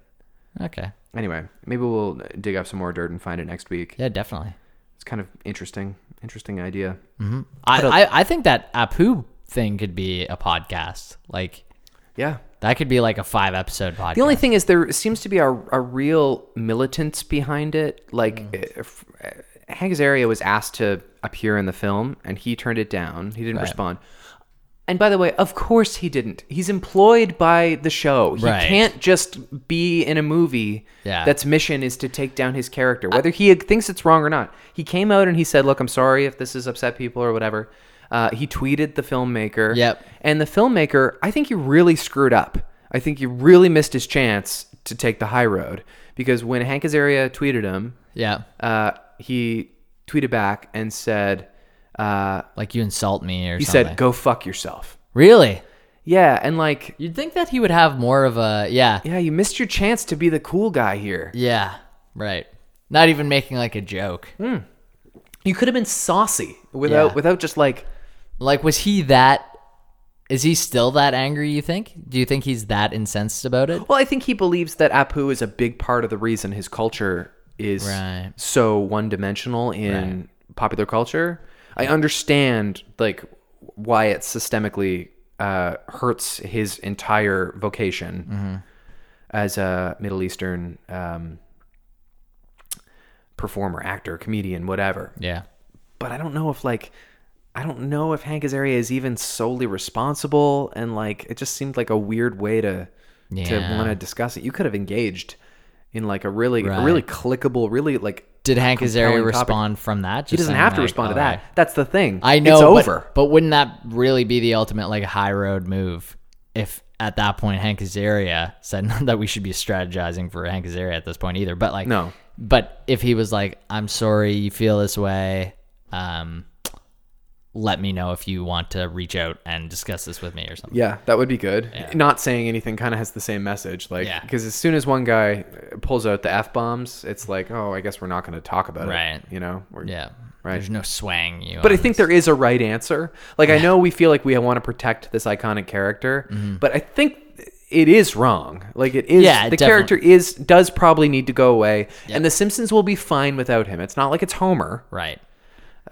[SPEAKER 2] Okay.
[SPEAKER 1] Anyway, maybe we'll dig up some more dirt and find it next week.
[SPEAKER 2] Yeah, definitely.
[SPEAKER 1] It's kind of interesting. Interesting idea.
[SPEAKER 2] Mm. I, I, I think that Apu thing could be a podcast. Like
[SPEAKER 1] Yeah.
[SPEAKER 2] that could be like a five episode podcast.
[SPEAKER 1] The only thing is, there seems to be a, a real militance behind it.
[SPEAKER 2] Mm.
[SPEAKER 1] Like, if, uh, Hank Azaria was asked to appear in the film, and he turned it down. He didn't respond. And by the way, of course he didn't. He's employed by the show. He
[SPEAKER 2] Right.
[SPEAKER 1] can't just be in a movie
[SPEAKER 2] Yeah.
[SPEAKER 1] that's mission is to take down his character, whether he thinks it's wrong or not. He came out and he said, "Look, I'm sorry if this has upset people or whatever." Uh, he tweeted the filmmaker.
[SPEAKER 2] Yep.
[SPEAKER 1] And the filmmaker, I think he really screwed up. I think he really missed his chance to take the high road because when Hank Azaria tweeted him,
[SPEAKER 2] yeah,
[SPEAKER 1] uh, he tweeted back and said, uh,
[SPEAKER 2] like you insult me or
[SPEAKER 1] "He
[SPEAKER 2] something.
[SPEAKER 1] said go fuck yourself."
[SPEAKER 2] really.
[SPEAKER 1] Yeah, and like,
[SPEAKER 2] You'd think that he would have more of a yeah,
[SPEAKER 1] yeah, you missed your chance to be the cool guy here.
[SPEAKER 2] yeah, right. Not even making like a joke.
[SPEAKER 1] Hmm. You could have been saucy without
[SPEAKER 2] Yeah.
[SPEAKER 1] without just like
[SPEAKER 2] Like, was he that? Is he still that angry? You think? Do you think he's that incensed about it?
[SPEAKER 1] Well, I think he believes that Apu is a big part of the reason his culture is
[SPEAKER 2] Right.
[SPEAKER 1] so one-dimensional in popular culture. I understand like why it systemically uh, hurts his entire vocation
[SPEAKER 2] Mm-hmm.
[SPEAKER 1] as a Middle Eastern um, performer, actor, comedian, whatever.
[SPEAKER 2] Yeah.
[SPEAKER 1] But I don't know if like I don't know if Hank Azaria is even solely responsible, and like it just seemed like a weird way to to
[SPEAKER 2] Yeah.
[SPEAKER 1] want to discuss it. You could have engaged in like a really a
[SPEAKER 2] Right.
[SPEAKER 1] really clickable, really like
[SPEAKER 2] Did Hank
[SPEAKER 1] compelling
[SPEAKER 2] Azaria
[SPEAKER 1] topic.
[SPEAKER 2] respond from that?
[SPEAKER 1] He doesn't have to respond to that. That's the thing.
[SPEAKER 2] oh, I know.
[SPEAKER 1] it's
[SPEAKER 2] but-
[SPEAKER 1] over.
[SPEAKER 2] But, wouldn't that really be the ultimate like high road move if at that point Hank Azaria said not that we should be strategizing for Hank Azaria at this point either, but like
[SPEAKER 1] No.
[SPEAKER 2] But if he was like, I'm sorry you feel this way, um let me know if you want to reach out and discuss this with me or something.
[SPEAKER 1] Yeah, that would be good. Not saying anything kind of has the same message, like
[SPEAKER 2] Yeah.
[SPEAKER 1] because as soon as one guy uh, pulls out the f bombs, it's like, oh, I guess we're not going to talk about
[SPEAKER 2] Right.
[SPEAKER 1] it, you know? We're,
[SPEAKER 2] Yeah.
[SPEAKER 1] Right.
[SPEAKER 2] There's no swang you
[SPEAKER 1] But I
[SPEAKER 2] on
[SPEAKER 1] think there is a right answer. Like I know we feel like we want to protect this iconic character, but I think it is wrong. Like it is
[SPEAKER 2] Mm-hmm. Yeah,
[SPEAKER 1] the
[SPEAKER 2] definitely.
[SPEAKER 1] character is does probably need to go away and the Simpsons will be fine without him. It's not like it's Homer.
[SPEAKER 2] Right.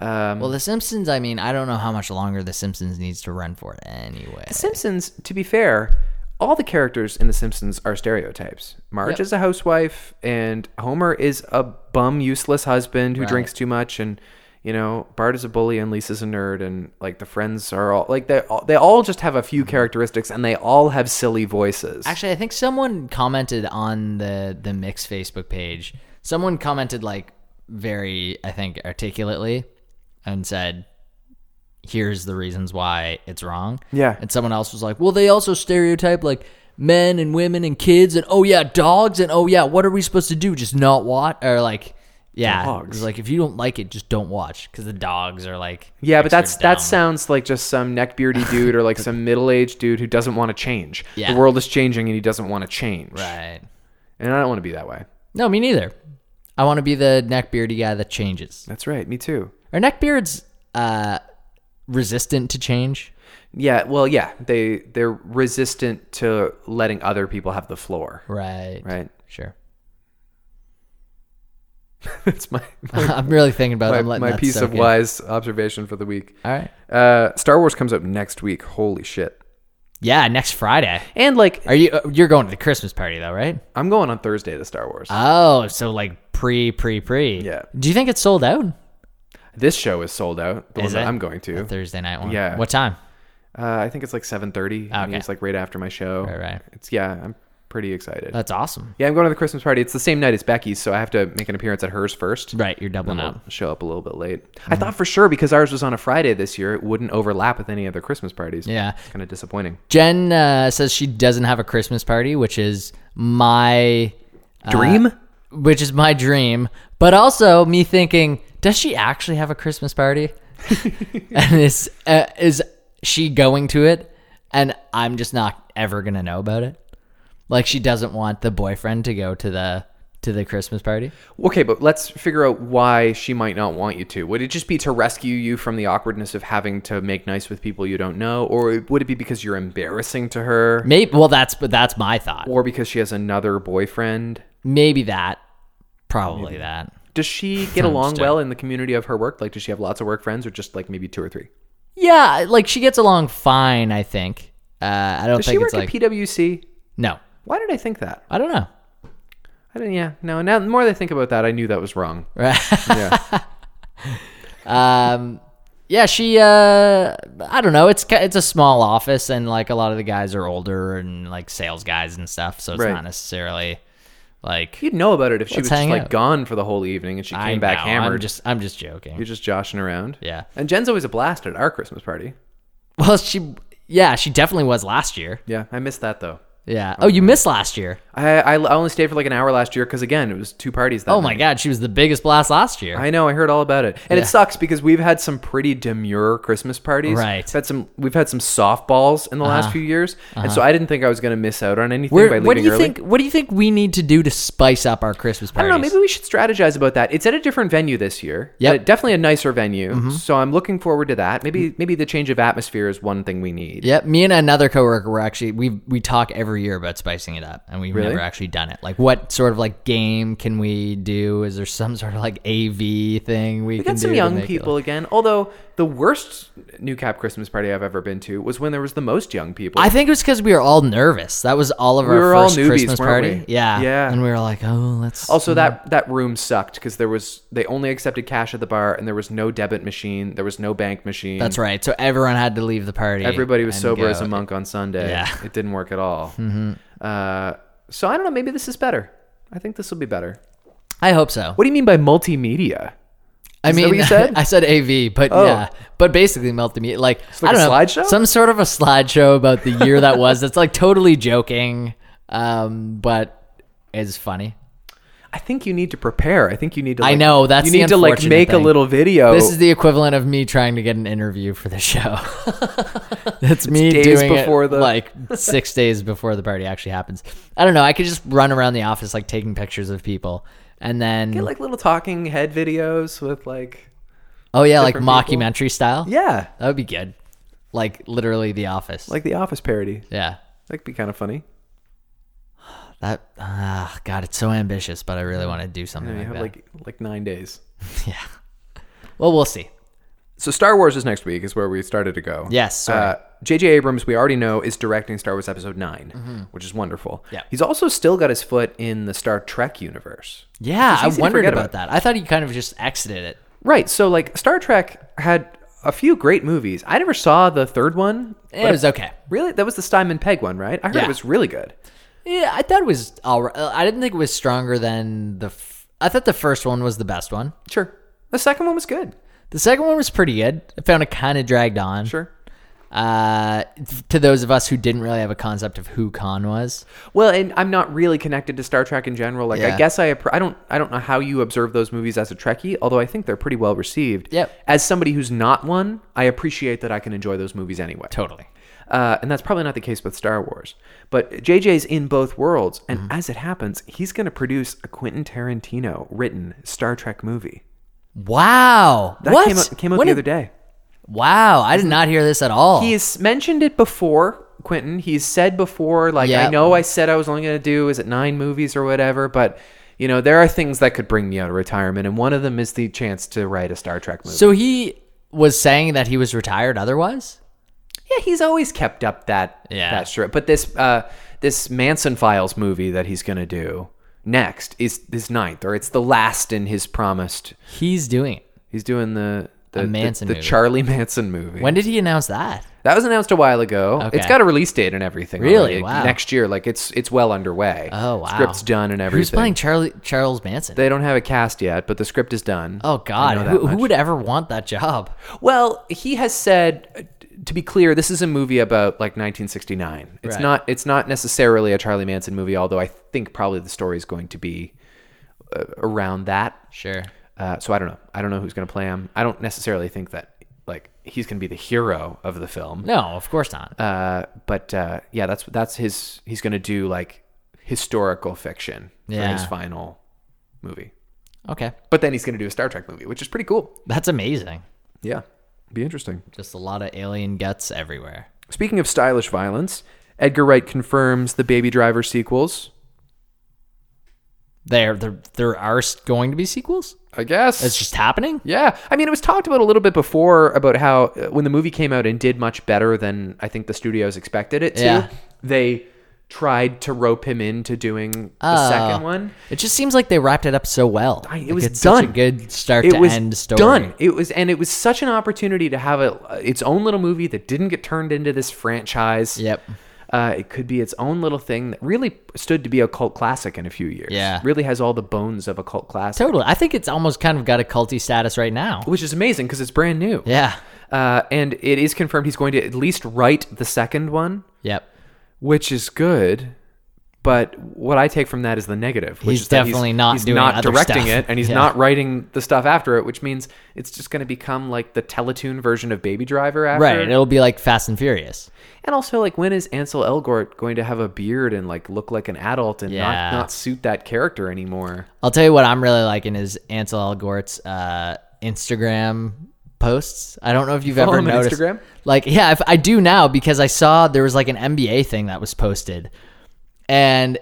[SPEAKER 1] Um
[SPEAKER 2] Well, The Simpsons, I mean, I don't know how much longer The Simpsons needs to run for anyway.
[SPEAKER 1] The Simpsons, to be fair, all the characters in The Simpsons are stereotypes. Marge
[SPEAKER 2] Yep.
[SPEAKER 1] is a housewife, and Homer is a bum, useless husband who drinks too much, and you know Bart is a bully, and Lisa's a nerd, and like the friends are all like they all, they all just have a few characteristics, and they all have silly voices.
[SPEAKER 2] Mhm. Actually, I think someone commented on the the mix Facebook page. Someone commented like very, I think, articulately, and said, "Here's the reasons why it's wrong."
[SPEAKER 1] Yeah.
[SPEAKER 2] And someone else was like, "Well, they also stereotype like men and women and kids and oh yeah, dogs and oh yeah, what are we supposed to do? Just not watch or like." Yeah,
[SPEAKER 1] Dogs.
[SPEAKER 2] it's like if you don't like it, just don't watch because the dogs are like
[SPEAKER 1] yeah, but
[SPEAKER 2] extra
[SPEAKER 1] that's that
[SPEAKER 2] down.
[SPEAKER 1] sounds like just some neckbeardy dude or like some middle-aged dude who doesn't want to change.
[SPEAKER 2] Yeah.
[SPEAKER 1] The world is changing, and he doesn't want to change.
[SPEAKER 2] right.
[SPEAKER 1] And I don't want to be that way.
[SPEAKER 2] No, me neither. I want to be the neck beardy guy that changes.
[SPEAKER 1] That's right. Me too.
[SPEAKER 2] Are neckbeards uh, resistant to change?
[SPEAKER 1] Yeah, well, yeah, they they're resistant to letting other people have the floor,
[SPEAKER 2] Right.
[SPEAKER 1] right?
[SPEAKER 2] Sure.
[SPEAKER 1] That's my
[SPEAKER 2] I'm really thinking about it.
[SPEAKER 1] my,
[SPEAKER 2] I'm letting
[SPEAKER 1] my
[SPEAKER 2] that
[SPEAKER 1] piece
[SPEAKER 2] soak
[SPEAKER 1] of
[SPEAKER 2] in.
[SPEAKER 1] wise observation for the week.
[SPEAKER 2] All right.
[SPEAKER 1] Uh, Star Wars comes up next week. Holy shit!
[SPEAKER 2] Yeah, next Friday.
[SPEAKER 1] And like,
[SPEAKER 2] Are you uh, you're going to the Christmas party though, right?
[SPEAKER 1] I'm going on Thursday to Star Wars.
[SPEAKER 2] Oh, so like pre pre pre.
[SPEAKER 1] Yeah.
[SPEAKER 2] Do you think it's sold out?
[SPEAKER 1] this show is sold out. The
[SPEAKER 2] Is
[SPEAKER 1] one that
[SPEAKER 2] it?
[SPEAKER 1] I'm going to.
[SPEAKER 2] The Thursday night one.
[SPEAKER 1] Yeah.
[SPEAKER 2] What time?
[SPEAKER 1] Uh, I think it's like 7:30. I mean,
[SPEAKER 2] Okay.
[SPEAKER 1] It's like right after my show.
[SPEAKER 2] Right, right. Uh,
[SPEAKER 1] It's yeah. I'm pretty excited.
[SPEAKER 2] That's awesome.
[SPEAKER 1] yeah, I'm going to the Christmas party. It's the same night as Becky's, so I have to make an appearance at hers first.
[SPEAKER 2] Right, you're doubling
[SPEAKER 1] We'll
[SPEAKER 2] up.
[SPEAKER 1] show up a little bit late.
[SPEAKER 2] Mm-hmm.
[SPEAKER 1] I thought for sure because ours was on a Friday this year, it wouldn't overlap with any other Christmas parties.
[SPEAKER 2] Yeah.
[SPEAKER 1] It's kind of disappointing.
[SPEAKER 2] Jen uh, says she doesn't have a Christmas party, which is my uh,
[SPEAKER 1] Dream?
[SPEAKER 2] which is my dream, but also me thinking, does she actually have a Christmas party? and is uh, is she going to it? And I'm just not ever gonna know about it. Like she doesn't want the boyfriend to go to the to the Christmas party.
[SPEAKER 1] Okay, but let's figure out why she might not want you to. Would it just be to rescue you from the awkwardness of having to make nice with people you don't know, or would it be because you're embarrassing to her,
[SPEAKER 2] Maybe. Well, that's but that's my thought.
[SPEAKER 1] or because she has another boyfriend?
[SPEAKER 2] Maybe that. Probably that.
[SPEAKER 1] Does she get along well in the community of her work? Like, does she have lots of work friends, or just like maybe two or three?
[SPEAKER 2] Yeah, like she gets along fine, I think. Uh, I don't
[SPEAKER 1] Does she
[SPEAKER 2] think
[SPEAKER 1] work
[SPEAKER 2] it's like
[SPEAKER 1] at PwC?
[SPEAKER 2] no.
[SPEAKER 1] Why did I think that?
[SPEAKER 2] I don't know.
[SPEAKER 1] I didn't. Yeah, no. Now, the more that I think about that, I knew that was wrong.
[SPEAKER 2] Right.
[SPEAKER 1] Yeah.
[SPEAKER 2] um yeah ki i don't know it's ki- it's a small office and like a lot of the guys are older and like sales guys and stuff so it's
[SPEAKER 1] Right.
[SPEAKER 2] not necessarily like
[SPEAKER 1] You'd know about it if she
[SPEAKER 2] Let's
[SPEAKER 1] was just
[SPEAKER 2] hang
[SPEAKER 1] like
[SPEAKER 2] out.
[SPEAKER 1] gone for the whole evening and she came
[SPEAKER 2] I
[SPEAKER 1] back
[SPEAKER 2] know, i'm
[SPEAKER 1] hammered.
[SPEAKER 2] just i'm just joking
[SPEAKER 1] You're just joshing around.
[SPEAKER 2] yeah
[SPEAKER 1] And Jen's always a blast at our Christmas party.
[SPEAKER 2] well she yeah she definitely was last year
[SPEAKER 1] Yeah, I missed that though.
[SPEAKER 2] yeah oh you missed last year
[SPEAKER 1] I I, I only stayed for like an hour last year because again it was two parties. That
[SPEAKER 2] oh my god she was the biggest blast last year
[SPEAKER 1] I know. I heard all about it, and
[SPEAKER 2] Yeah.
[SPEAKER 1] it sucks because we've had some pretty demure Christmas parties.
[SPEAKER 2] Right. Uh-huh.
[SPEAKER 1] We've had some. We've had some softballs in the last few years, and so I didn't think I was going to miss out on anything by
[SPEAKER 2] Where,
[SPEAKER 1] leaving
[SPEAKER 2] what do you
[SPEAKER 1] early.
[SPEAKER 2] think what do you think we need to do to spice up our christmas
[SPEAKER 1] I
[SPEAKER 2] parties
[SPEAKER 1] don't know. Maybe we should strategize about that. It's at a different venue this year.
[SPEAKER 2] Yep. Mm-hmm.
[SPEAKER 1] Uh, definitely a nicer venue. So I'm looking forward to that. Maybe maybe the change of atmosphere is one thing we need.
[SPEAKER 2] Yep, me and another coworker were actually we we talk every year about spicing it up, and we've
[SPEAKER 1] Really?
[SPEAKER 2] never actually done it. Like, what sort of like game can we do? Is there some sort of like AV thing
[SPEAKER 1] We
[SPEAKER 2] we, can
[SPEAKER 1] got
[SPEAKER 2] do
[SPEAKER 1] some
[SPEAKER 2] to
[SPEAKER 1] young
[SPEAKER 2] make it,
[SPEAKER 1] people
[SPEAKER 2] like-
[SPEAKER 1] again. Although the worst New Cap Christmas party I've ever been to was when there was the most young people.
[SPEAKER 2] I think it was because we were all nervous. That was all of
[SPEAKER 1] We
[SPEAKER 2] our
[SPEAKER 1] were all
[SPEAKER 2] first
[SPEAKER 1] newbies,
[SPEAKER 2] Christmas
[SPEAKER 1] weren't
[SPEAKER 2] party.
[SPEAKER 1] we?
[SPEAKER 2] Yeah,
[SPEAKER 1] Yeah.
[SPEAKER 2] and we were like, oh, let's.
[SPEAKER 1] also that that room sucked because there was they only accepted cash at the bar and there was no debit machine. There was no bank machine.
[SPEAKER 2] that's right. So everyone had to leave the party.
[SPEAKER 1] Everybody was
[SPEAKER 2] and
[SPEAKER 1] sober as
[SPEAKER 2] go.
[SPEAKER 1] a monk on Sunday.
[SPEAKER 2] Yeah.
[SPEAKER 1] It didn't work at all. Mm-hmm. Uh, so I don't know. Maybe this is better. I think this will be better.
[SPEAKER 2] I hope so.
[SPEAKER 1] What do you mean by multimedia?
[SPEAKER 2] I
[SPEAKER 1] Is that
[SPEAKER 2] mean,
[SPEAKER 1] what you said?
[SPEAKER 2] I said AV, but
[SPEAKER 1] Oh.
[SPEAKER 2] yeah, but basically melt the meat. Like,
[SPEAKER 1] like
[SPEAKER 2] I don't
[SPEAKER 1] a
[SPEAKER 2] know,
[SPEAKER 1] slideshow?
[SPEAKER 2] some sort of a slideshow about the year that was. That's like totally joking, um, but it's funny.
[SPEAKER 1] I think you need to prepare. I think you need to.
[SPEAKER 2] I
[SPEAKER 1] Like,
[SPEAKER 2] know, that's
[SPEAKER 1] you
[SPEAKER 2] the
[SPEAKER 1] need to like
[SPEAKER 2] unfortunate
[SPEAKER 1] make a
[SPEAKER 2] thing.
[SPEAKER 1] little video.
[SPEAKER 2] This is the equivalent of me trying to get an interview for the show. That's me
[SPEAKER 1] days
[SPEAKER 2] doing
[SPEAKER 1] before
[SPEAKER 2] it
[SPEAKER 1] the-
[SPEAKER 2] like six days before the party actually happens. I don't know. I could just run around the office like taking pictures of people, and then
[SPEAKER 1] Get, like little talking head videos with like
[SPEAKER 2] oh yeah, like
[SPEAKER 1] different people.
[SPEAKER 2] mockumentary style.
[SPEAKER 1] yeah,
[SPEAKER 2] that would be good. Like literally The Office.
[SPEAKER 1] like the Office parody.
[SPEAKER 2] yeah.
[SPEAKER 1] That'd be kind of funny.
[SPEAKER 2] That ah, God, it's so ambitious, but I really want to do
[SPEAKER 1] You,
[SPEAKER 2] something
[SPEAKER 1] know, you
[SPEAKER 2] like
[SPEAKER 1] have
[SPEAKER 2] that.
[SPEAKER 1] like like nine days.
[SPEAKER 2] yeah. Well, we'll see.
[SPEAKER 1] So Star Wars is next week is where we started to go.
[SPEAKER 2] Yes, sorry.
[SPEAKER 1] Uh, J.J. Abrams, we already know, is directing Star Wars Episode 9 which is wonderful.
[SPEAKER 2] Mm-hmm. Yeah.
[SPEAKER 1] He's also still got his foot in the Star Trek universe.
[SPEAKER 2] Yeah,
[SPEAKER 1] It's
[SPEAKER 2] I
[SPEAKER 1] easy to
[SPEAKER 2] wondered
[SPEAKER 1] forget
[SPEAKER 2] about,
[SPEAKER 1] about.
[SPEAKER 2] that. I thought he kind of just exited it.
[SPEAKER 1] Right. So like Star Trek had a few great movies. I never saw the third one.
[SPEAKER 2] It was okay.
[SPEAKER 1] Really, that was the Steinman Peg one, right? I heard
[SPEAKER 2] Yeah.
[SPEAKER 1] it was really good.
[SPEAKER 2] Yeah, I thought it was all right. I didn't think it was stronger than the. F- I thought the first one was the best one.
[SPEAKER 1] Sure. The second one was good.
[SPEAKER 2] The second one was pretty good. I found it kind of dragged on.
[SPEAKER 1] Sure.
[SPEAKER 2] Uh, to those of us who didn't really have a concept of who Khan was.
[SPEAKER 1] Well, and I'm not really connected to Star Trek in general. Like,
[SPEAKER 2] Yeah.
[SPEAKER 1] I guess I appr- I don't I don't know how you observe those movies as a Trekkie, although I think they're pretty well received.
[SPEAKER 2] Yep.
[SPEAKER 1] As somebody who's not one, I appreciate that I can enjoy those movies anyway.
[SPEAKER 2] Totally.
[SPEAKER 1] Uh, and that's probably not the case with Star Wars. But JJ's in both worlds, and
[SPEAKER 2] Mm-hmm.
[SPEAKER 1] as it happens, he's going to produce a Quentin Tarantino written Star Trek movie.
[SPEAKER 2] Wow.
[SPEAKER 1] That
[SPEAKER 2] what
[SPEAKER 1] came out, came out
[SPEAKER 2] When
[SPEAKER 1] the
[SPEAKER 2] did-
[SPEAKER 1] other day.
[SPEAKER 2] Wow, I did not hear this at all.
[SPEAKER 1] He's mentioned it before, Quentin. He's said before, like,
[SPEAKER 2] Yeah.
[SPEAKER 1] I know I said I was only going to do, is it nine movies or whatever? But, you know, there are things that could bring me out of retirement, and one of them is the chance to write a Star Trek movie.
[SPEAKER 2] so he was saying that he was retired. Otherwise.
[SPEAKER 1] yeah, he's always kept up that
[SPEAKER 2] Yeah.
[SPEAKER 1] that strip. But this uh, this Manson Files movie that he's going to do next is his ninth, or it's the last in his promised.
[SPEAKER 2] He's doing it.
[SPEAKER 1] He's doing the. The, the-
[SPEAKER 2] Manson
[SPEAKER 1] the,
[SPEAKER 2] movie.
[SPEAKER 1] Charlie Manson movie.
[SPEAKER 2] When did he announce that?
[SPEAKER 1] That was announced a while ago.
[SPEAKER 2] Okay.
[SPEAKER 1] It's got a release date and everything.
[SPEAKER 2] Really?
[SPEAKER 1] already.
[SPEAKER 2] Wow.
[SPEAKER 1] Next year, like it's it's well underway.
[SPEAKER 2] Oh, wow.
[SPEAKER 1] Script's done and everything.
[SPEAKER 2] Who's playing Charlie Charles Manson?
[SPEAKER 1] They don't have a cast yet, but the script is done.
[SPEAKER 2] oh
[SPEAKER 1] I
[SPEAKER 2] God,
[SPEAKER 1] know
[SPEAKER 2] who,
[SPEAKER 1] that
[SPEAKER 2] who
[SPEAKER 1] much.
[SPEAKER 2] would ever want that job?
[SPEAKER 1] Well, he has said. uh, To be clear, this is a movie about like 1969. It's
[SPEAKER 2] Right.
[SPEAKER 1] not. It's not necessarily a Charlie Manson movie, although I think probably the story is going to be uh, around that.
[SPEAKER 2] Sure.
[SPEAKER 1] Uh, so I don't know. I don't know who's going to play him. I don't necessarily think that like he's going to be the hero of the film.
[SPEAKER 2] No, of course not.
[SPEAKER 1] Uh, but uh, yeah, that's that's his. He's gonna do like historical fiction for his
[SPEAKER 2] Yeah.
[SPEAKER 1] final movie.
[SPEAKER 2] okay,
[SPEAKER 1] But then he's gonna do a Star Trek movie, which is pretty cool.
[SPEAKER 2] that's amazing.
[SPEAKER 1] Yeah, be interesting.
[SPEAKER 2] Just a lot of alien guts everywhere.
[SPEAKER 1] Speaking of stylish violence, Edgar Wright confirms the Baby Driver sequels.
[SPEAKER 2] There, there, there are s- going to be sequels.
[SPEAKER 1] I guess.
[SPEAKER 2] It's just happening.
[SPEAKER 1] Yeah, I mean, it was talked about a little bit before about how uh, when the movie came out and did much better than I think the studios expected it to,
[SPEAKER 2] Yeah.
[SPEAKER 1] they tried to rope him into doing the
[SPEAKER 2] Oh.
[SPEAKER 1] second one.
[SPEAKER 2] It just seems like they wrapped it up so well.
[SPEAKER 1] I- it
[SPEAKER 2] Like,
[SPEAKER 1] was
[SPEAKER 2] it's such a
[SPEAKER 1] done.
[SPEAKER 2] good start to end story.
[SPEAKER 1] done. It was, and it was such an opportunity to have a, its own little movie that didn't get turned into this franchise.
[SPEAKER 2] Yep.
[SPEAKER 1] Uh, it could be its own little thing that really stood to be a cult classic in a few years.
[SPEAKER 2] Yeah.
[SPEAKER 1] really has all the bones of a cult classic,
[SPEAKER 2] Totally. I think it's almost kind of got a culty status right now.
[SPEAKER 1] which is amazing because it's brand new.
[SPEAKER 2] Yeah.
[SPEAKER 1] Uh, and it is confirmed he's going to at least write the second one,
[SPEAKER 2] Yep.
[SPEAKER 1] which is good. But what I take from that is the negative. Which
[SPEAKER 2] He's
[SPEAKER 1] is that
[SPEAKER 2] definitely not
[SPEAKER 1] he's
[SPEAKER 2] doing
[SPEAKER 1] not
[SPEAKER 2] other
[SPEAKER 1] directing
[SPEAKER 2] stuff.
[SPEAKER 1] it, and he's
[SPEAKER 2] Yeah.
[SPEAKER 1] not writing the stuff after it, which means it's just going to become like the Teletoon version of Baby Driver. After
[SPEAKER 2] Right. It'll be like Fast and Furious.
[SPEAKER 1] and also like when is Ansel Elgort going to have a beard and like look like an adult and
[SPEAKER 2] Yeah.
[SPEAKER 1] not not suit that character anymore?
[SPEAKER 2] I'll tell you what I'm really liking is Ansel Elgort's uh, Instagram posts. I don't know if you've
[SPEAKER 1] follow
[SPEAKER 2] ever
[SPEAKER 1] him on
[SPEAKER 2] noticed.
[SPEAKER 1] Instagram?
[SPEAKER 2] Like, yeah, if, I do now because I saw there was like an NBA thing that was posted, and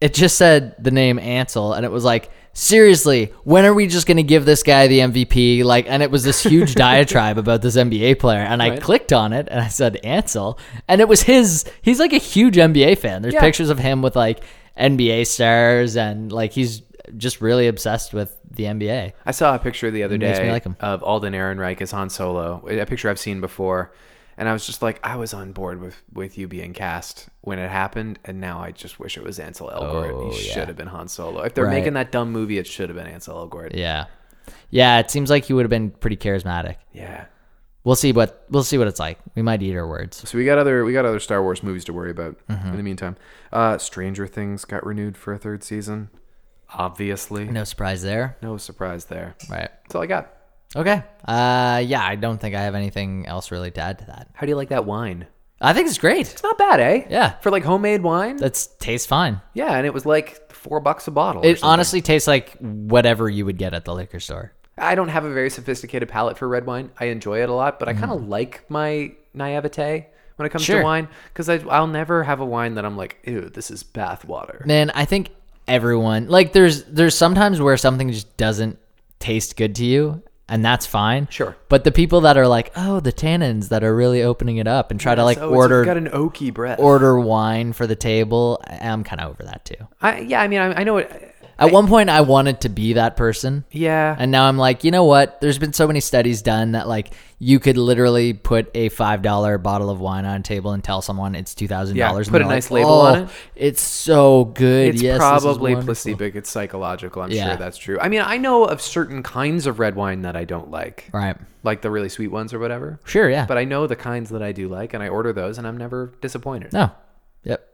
[SPEAKER 2] it just said the name Ansel, and it was like, seriously, when are we just gonna give this guy the MVP? Like, and it was this huge diatribe about this NBA player, and I clicked on it, and I said Ansel, and it was his. He's like a huge NBA fan. There's
[SPEAKER 1] Yeah.
[SPEAKER 2] pictures of him with like NBA stars, and like he's just really obsessed with the NBA.
[SPEAKER 1] I saw a picture the other
[SPEAKER 2] makes me
[SPEAKER 1] day
[SPEAKER 2] like him.
[SPEAKER 1] of Alden Ehrenreich as Han Solo, a picture I've seen before, and I was just like, I was on board with with you being cast when it happened, and now I just wish it was Ansel Elgort.
[SPEAKER 2] Oh,
[SPEAKER 1] he
[SPEAKER 2] yeah.
[SPEAKER 1] should have been Han Solo. If they're
[SPEAKER 2] Right.
[SPEAKER 1] making that dumb movie, it should have been Ansel Elgort. Yeah.
[SPEAKER 2] Yeah, yeah. It seems like he would have been pretty charismatic. We'll see what we'll see what it's like. We might eat our words.
[SPEAKER 1] So we got other we got other Star Wars movies to worry about
[SPEAKER 2] Mm-hmm.
[SPEAKER 1] in the meantime. Uh, Stranger Things got renewed for a third season. Obviously,
[SPEAKER 2] No surprise there.
[SPEAKER 1] no surprise there.
[SPEAKER 2] Right.
[SPEAKER 1] That's all I got.
[SPEAKER 2] Okay. Uh, yeah, I don't think I have anything else really to add to that.
[SPEAKER 1] How do you like that wine?
[SPEAKER 2] I think it's great.
[SPEAKER 1] It's not bad, eh?
[SPEAKER 2] Yeah.
[SPEAKER 1] For like homemade wine.
[SPEAKER 2] That's tastes fine.
[SPEAKER 1] yeah, and it was like four bucks a bottle. or
[SPEAKER 2] It
[SPEAKER 1] something.
[SPEAKER 2] honestly tastes like whatever you would get at the liquor store.
[SPEAKER 1] I don't have a very sophisticated palate for red wine. I enjoy it a lot, but I kind of like my naivete when it comes
[SPEAKER 2] Mm. Sure.
[SPEAKER 1] to wine because I'll never have a wine that I'm like, ew, this is bathwater.
[SPEAKER 2] Man, I think everyone like there's there's sometimes where something just doesn't taste good to you, and that's fine.
[SPEAKER 1] Sure.
[SPEAKER 2] But the people that are like, oh, the tannins that are really opening it up and try to like
[SPEAKER 1] So oh, it's- it's
[SPEAKER 2] order
[SPEAKER 1] got an oaky breath.
[SPEAKER 2] order wine for the table, I- I'm kind of over that too.
[SPEAKER 1] I, yeah, I mean, I, I know it.
[SPEAKER 2] At one point, I wanted to be that person.
[SPEAKER 1] Yeah,
[SPEAKER 2] And now I'm like, you know what? There's been so many studies done that like you could literally put a five dollar bottle of wine on a table and tell someone it's two thousand dollars.
[SPEAKER 1] put a nice label on it.
[SPEAKER 2] "Oh, It's so good.
[SPEAKER 1] it's
[SPEAKER 2] yes, this is
[SPEAKER 1] probably
[SPEAKER 2] wonderful."
[SPEAKER 1] placebo. It's psychological. I'm
[SPEAKER 2] Yeah.
[SPEAKER 1] sure that's true. I mean, I know of certain kinds of red wine that I don't like,
[SPEAKER 2] Right.
[SPEAKER 1] like the really sweet ones or whatever.
[SPEAKER 2] Sure. Yeah.
[SPEAKER 1] But I know the kinds that I do like, and I order those, and I'm never disappointed.
[SPEAKER 2] no. Yep.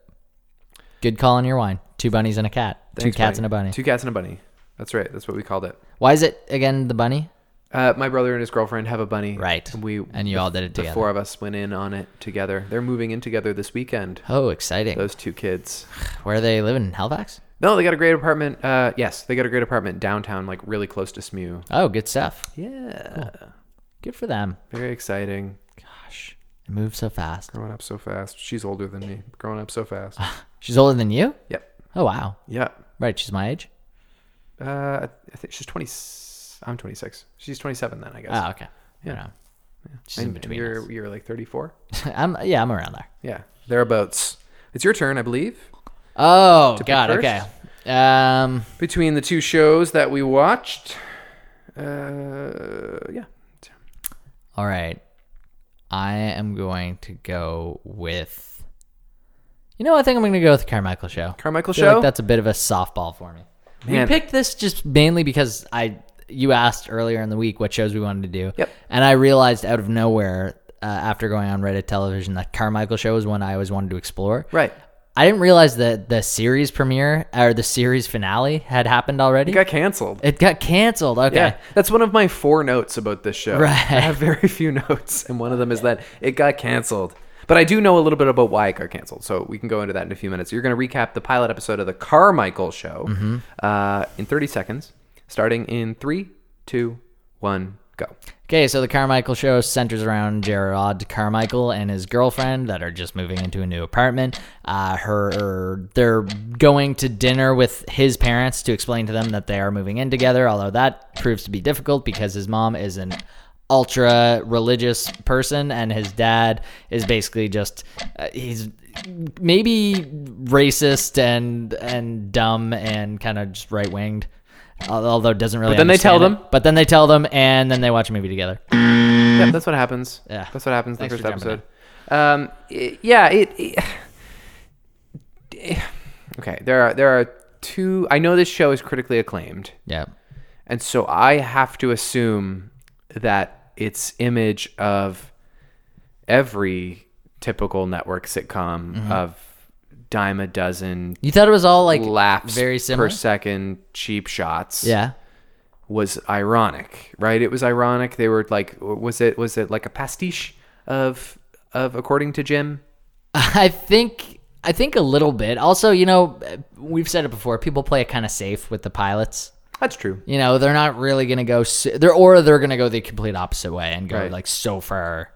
[SPEAKER 2] Good call on your wine. Two bunnies and a cat.
[SPEAKER 1] Thanks,
[SPEAKER 2] Two
[SPEAKER 1] buddy.
[SPEAKER 2] cats and a bunny.
[SPEAKER 1] Two cats and a bunny. That's right. That's what we called it.
[SPEAKER 2] Why is it again the bunny?
[SPEAKER 1] Uh, my brother and his girlfriend have a bunny.
[SPEAKER 2] Right.
[SPEAKER 1] And we
[SPEAKER 2] And you all did it
[SPEAKER 1] the
[SPEAKER 2] together.
[SPEAKER 1] four of us went in on it together. They're moving in together this weekend.
[SPEAKER 2] Oh, exciting.
[SPEAKER 1] Those two kids.
[SPEAKER 2] Where are they living? In Halifax?
[SPEAKER 1] No, they got a great apartment. Uh, yes, they got a great apartment downtown, like really close to SMU.
[SPEAKER 2] Oh, good stuff.
[SPEAKER 1] Yeah.
[SPEAKER 2] Good for them.
[SPEAKER 1] Very exciting.
[SPEAKER 2] Gosh. They move so fast.
[SPEAKER 1] Growing up so fast. She's older than me. Growing up so fast.
[SPEAKER 2] She's older than you?
[SPEAKER 1] yep.
[SPEAKER 2] Oh wow.
[SPEAKER 1] Yep.
[SPEAKER 2] Right, she's my age.
[SPEAKER 1] Uh, I think she's 20. I'm 26. She's 27 then, I guess.
[SPEAKER 2] Oh, okay.
[SPEAKER 1] Yeah.
[SPEAKER 2] Yeah. She's
[SPEAKER 1] and
[SPEAKER 2] in between.
[SPEAKER 1] You're,
[SPEAKER 2] us.
[SPEAKER 1] you're like 34?
[SPEAKER 2] I'm yeah, I'm around there.
[SPEAKER 1] Yeah. Thereabouts. It's your turn, I believe.
[SPEAKER 2] Oh
[SPEAKER 1] pick
[SPEAKER 2] god, okay.
[SPEAKER 1] first?
[SPEAKER 2] Um
[SPEAKER 1] between the two shows that we watched. Uh, yeah.
[SPEAKER 2] all right. I am going to go with You know, I think I'm going to go with the Carmichael show.
[SPEAKER 1] Carmichael
[SPEAKER 2] I feel like
[SPEAKER 1] Show?
[SPEAKER 2] that's a bit of a softball for me.
[SPEAKER 1] Man.
[SPEAKER 2] We picked this just mainly because I you asked earlier in the week what shows we wanted to do.
[SPEAKER 1] Yep.
[SPEAKER 2] And I realized out of nowhere uh, after going on Reddit television that Carmichael show was one I always wanted to explore.
[SPEAKER 1] Right.
[SPEAKER 2] I didn't realize that the series premiere or the series finale had happened already.
[SPEAKER 1] It got canceled.
[SPEAKER 2] It got canceled. Okay.
[SPEAKER 1] Yeah. That's one of my four notes about this show.
[SPEAKER 2] Right.
[SPEAKER 1] I have very few notes, and one of them is that it got canceled. But I do know a little bit about why it got canceled, so we can go into that in a few minutes. You're going to recap the pilot episode of The Carmichael Show
[SPEAKER 2] Mm-hmm.
[SPEAKER 1] uh, in 30 seconds, starting in three, two, one, go.
[SPEAKER 2] Okay, so the Carmichael show centers around Gerard Carmichael and his girlfriend that are just moving into a new apartment. Uh, her, they're going to dinner with his parents to explain to them that they are moving in together. Although that proves to be difficult because his mom is an ultra religious person and his dad is basically just uh, he's maybe racist and and dumb and kind of just right winged. Although it doesn't really.
[SPEAKER 1] But then they tell
[SPEAKER 2] understand it.
[SPEAKER 1] them. Mm.
[SPEAKER 2] But then they tell them, and then they watch a movie together.
[SPEAKER 1] Yeah, that's what happens.
[SPEAKER 2] Mm-hmm. Yeah.
[SPEAKER 1] that's what happens in the
[SPEAKER 2] Thanks
[SPEAKER 1] first
[SPEAKER 2] for jumping
[SPEAKER 1] episode. Um, i- yeah, it, it- Okay, there are there are two. I know this show is critically acclaimed,
[SPEAKER 2] Yeah.
[SPEAKER 1] and so I have to assume that its image of every typical network sitcom
[SPEAKER 2] Mm-hmm.
[SPEAKER 1] of dime a dozen
[SPEAKER 2] You thought it was all like
[SPEAKER 1] laughs
[SPEAKER 2] very similar.
[SPEAKER 1] per second cheap shots
[SPEAKER 2] yeah.
[SPEAKER 1] was ironic, right? It was ironic. They were like, was it was it like a pastiche of of according to Jim?
[SPEAKER 2] I think I think a little bit. Also, you know, we've said it before. People play it kind of safe with the pilots.
[SPEAKER 1] That's true.
[SPEAKER 2] You know, they're not really going to go s- they're or they're going to go the complete opposite way and go
[SPEAKER 1] Right.
[SPEAKER 2] like so far.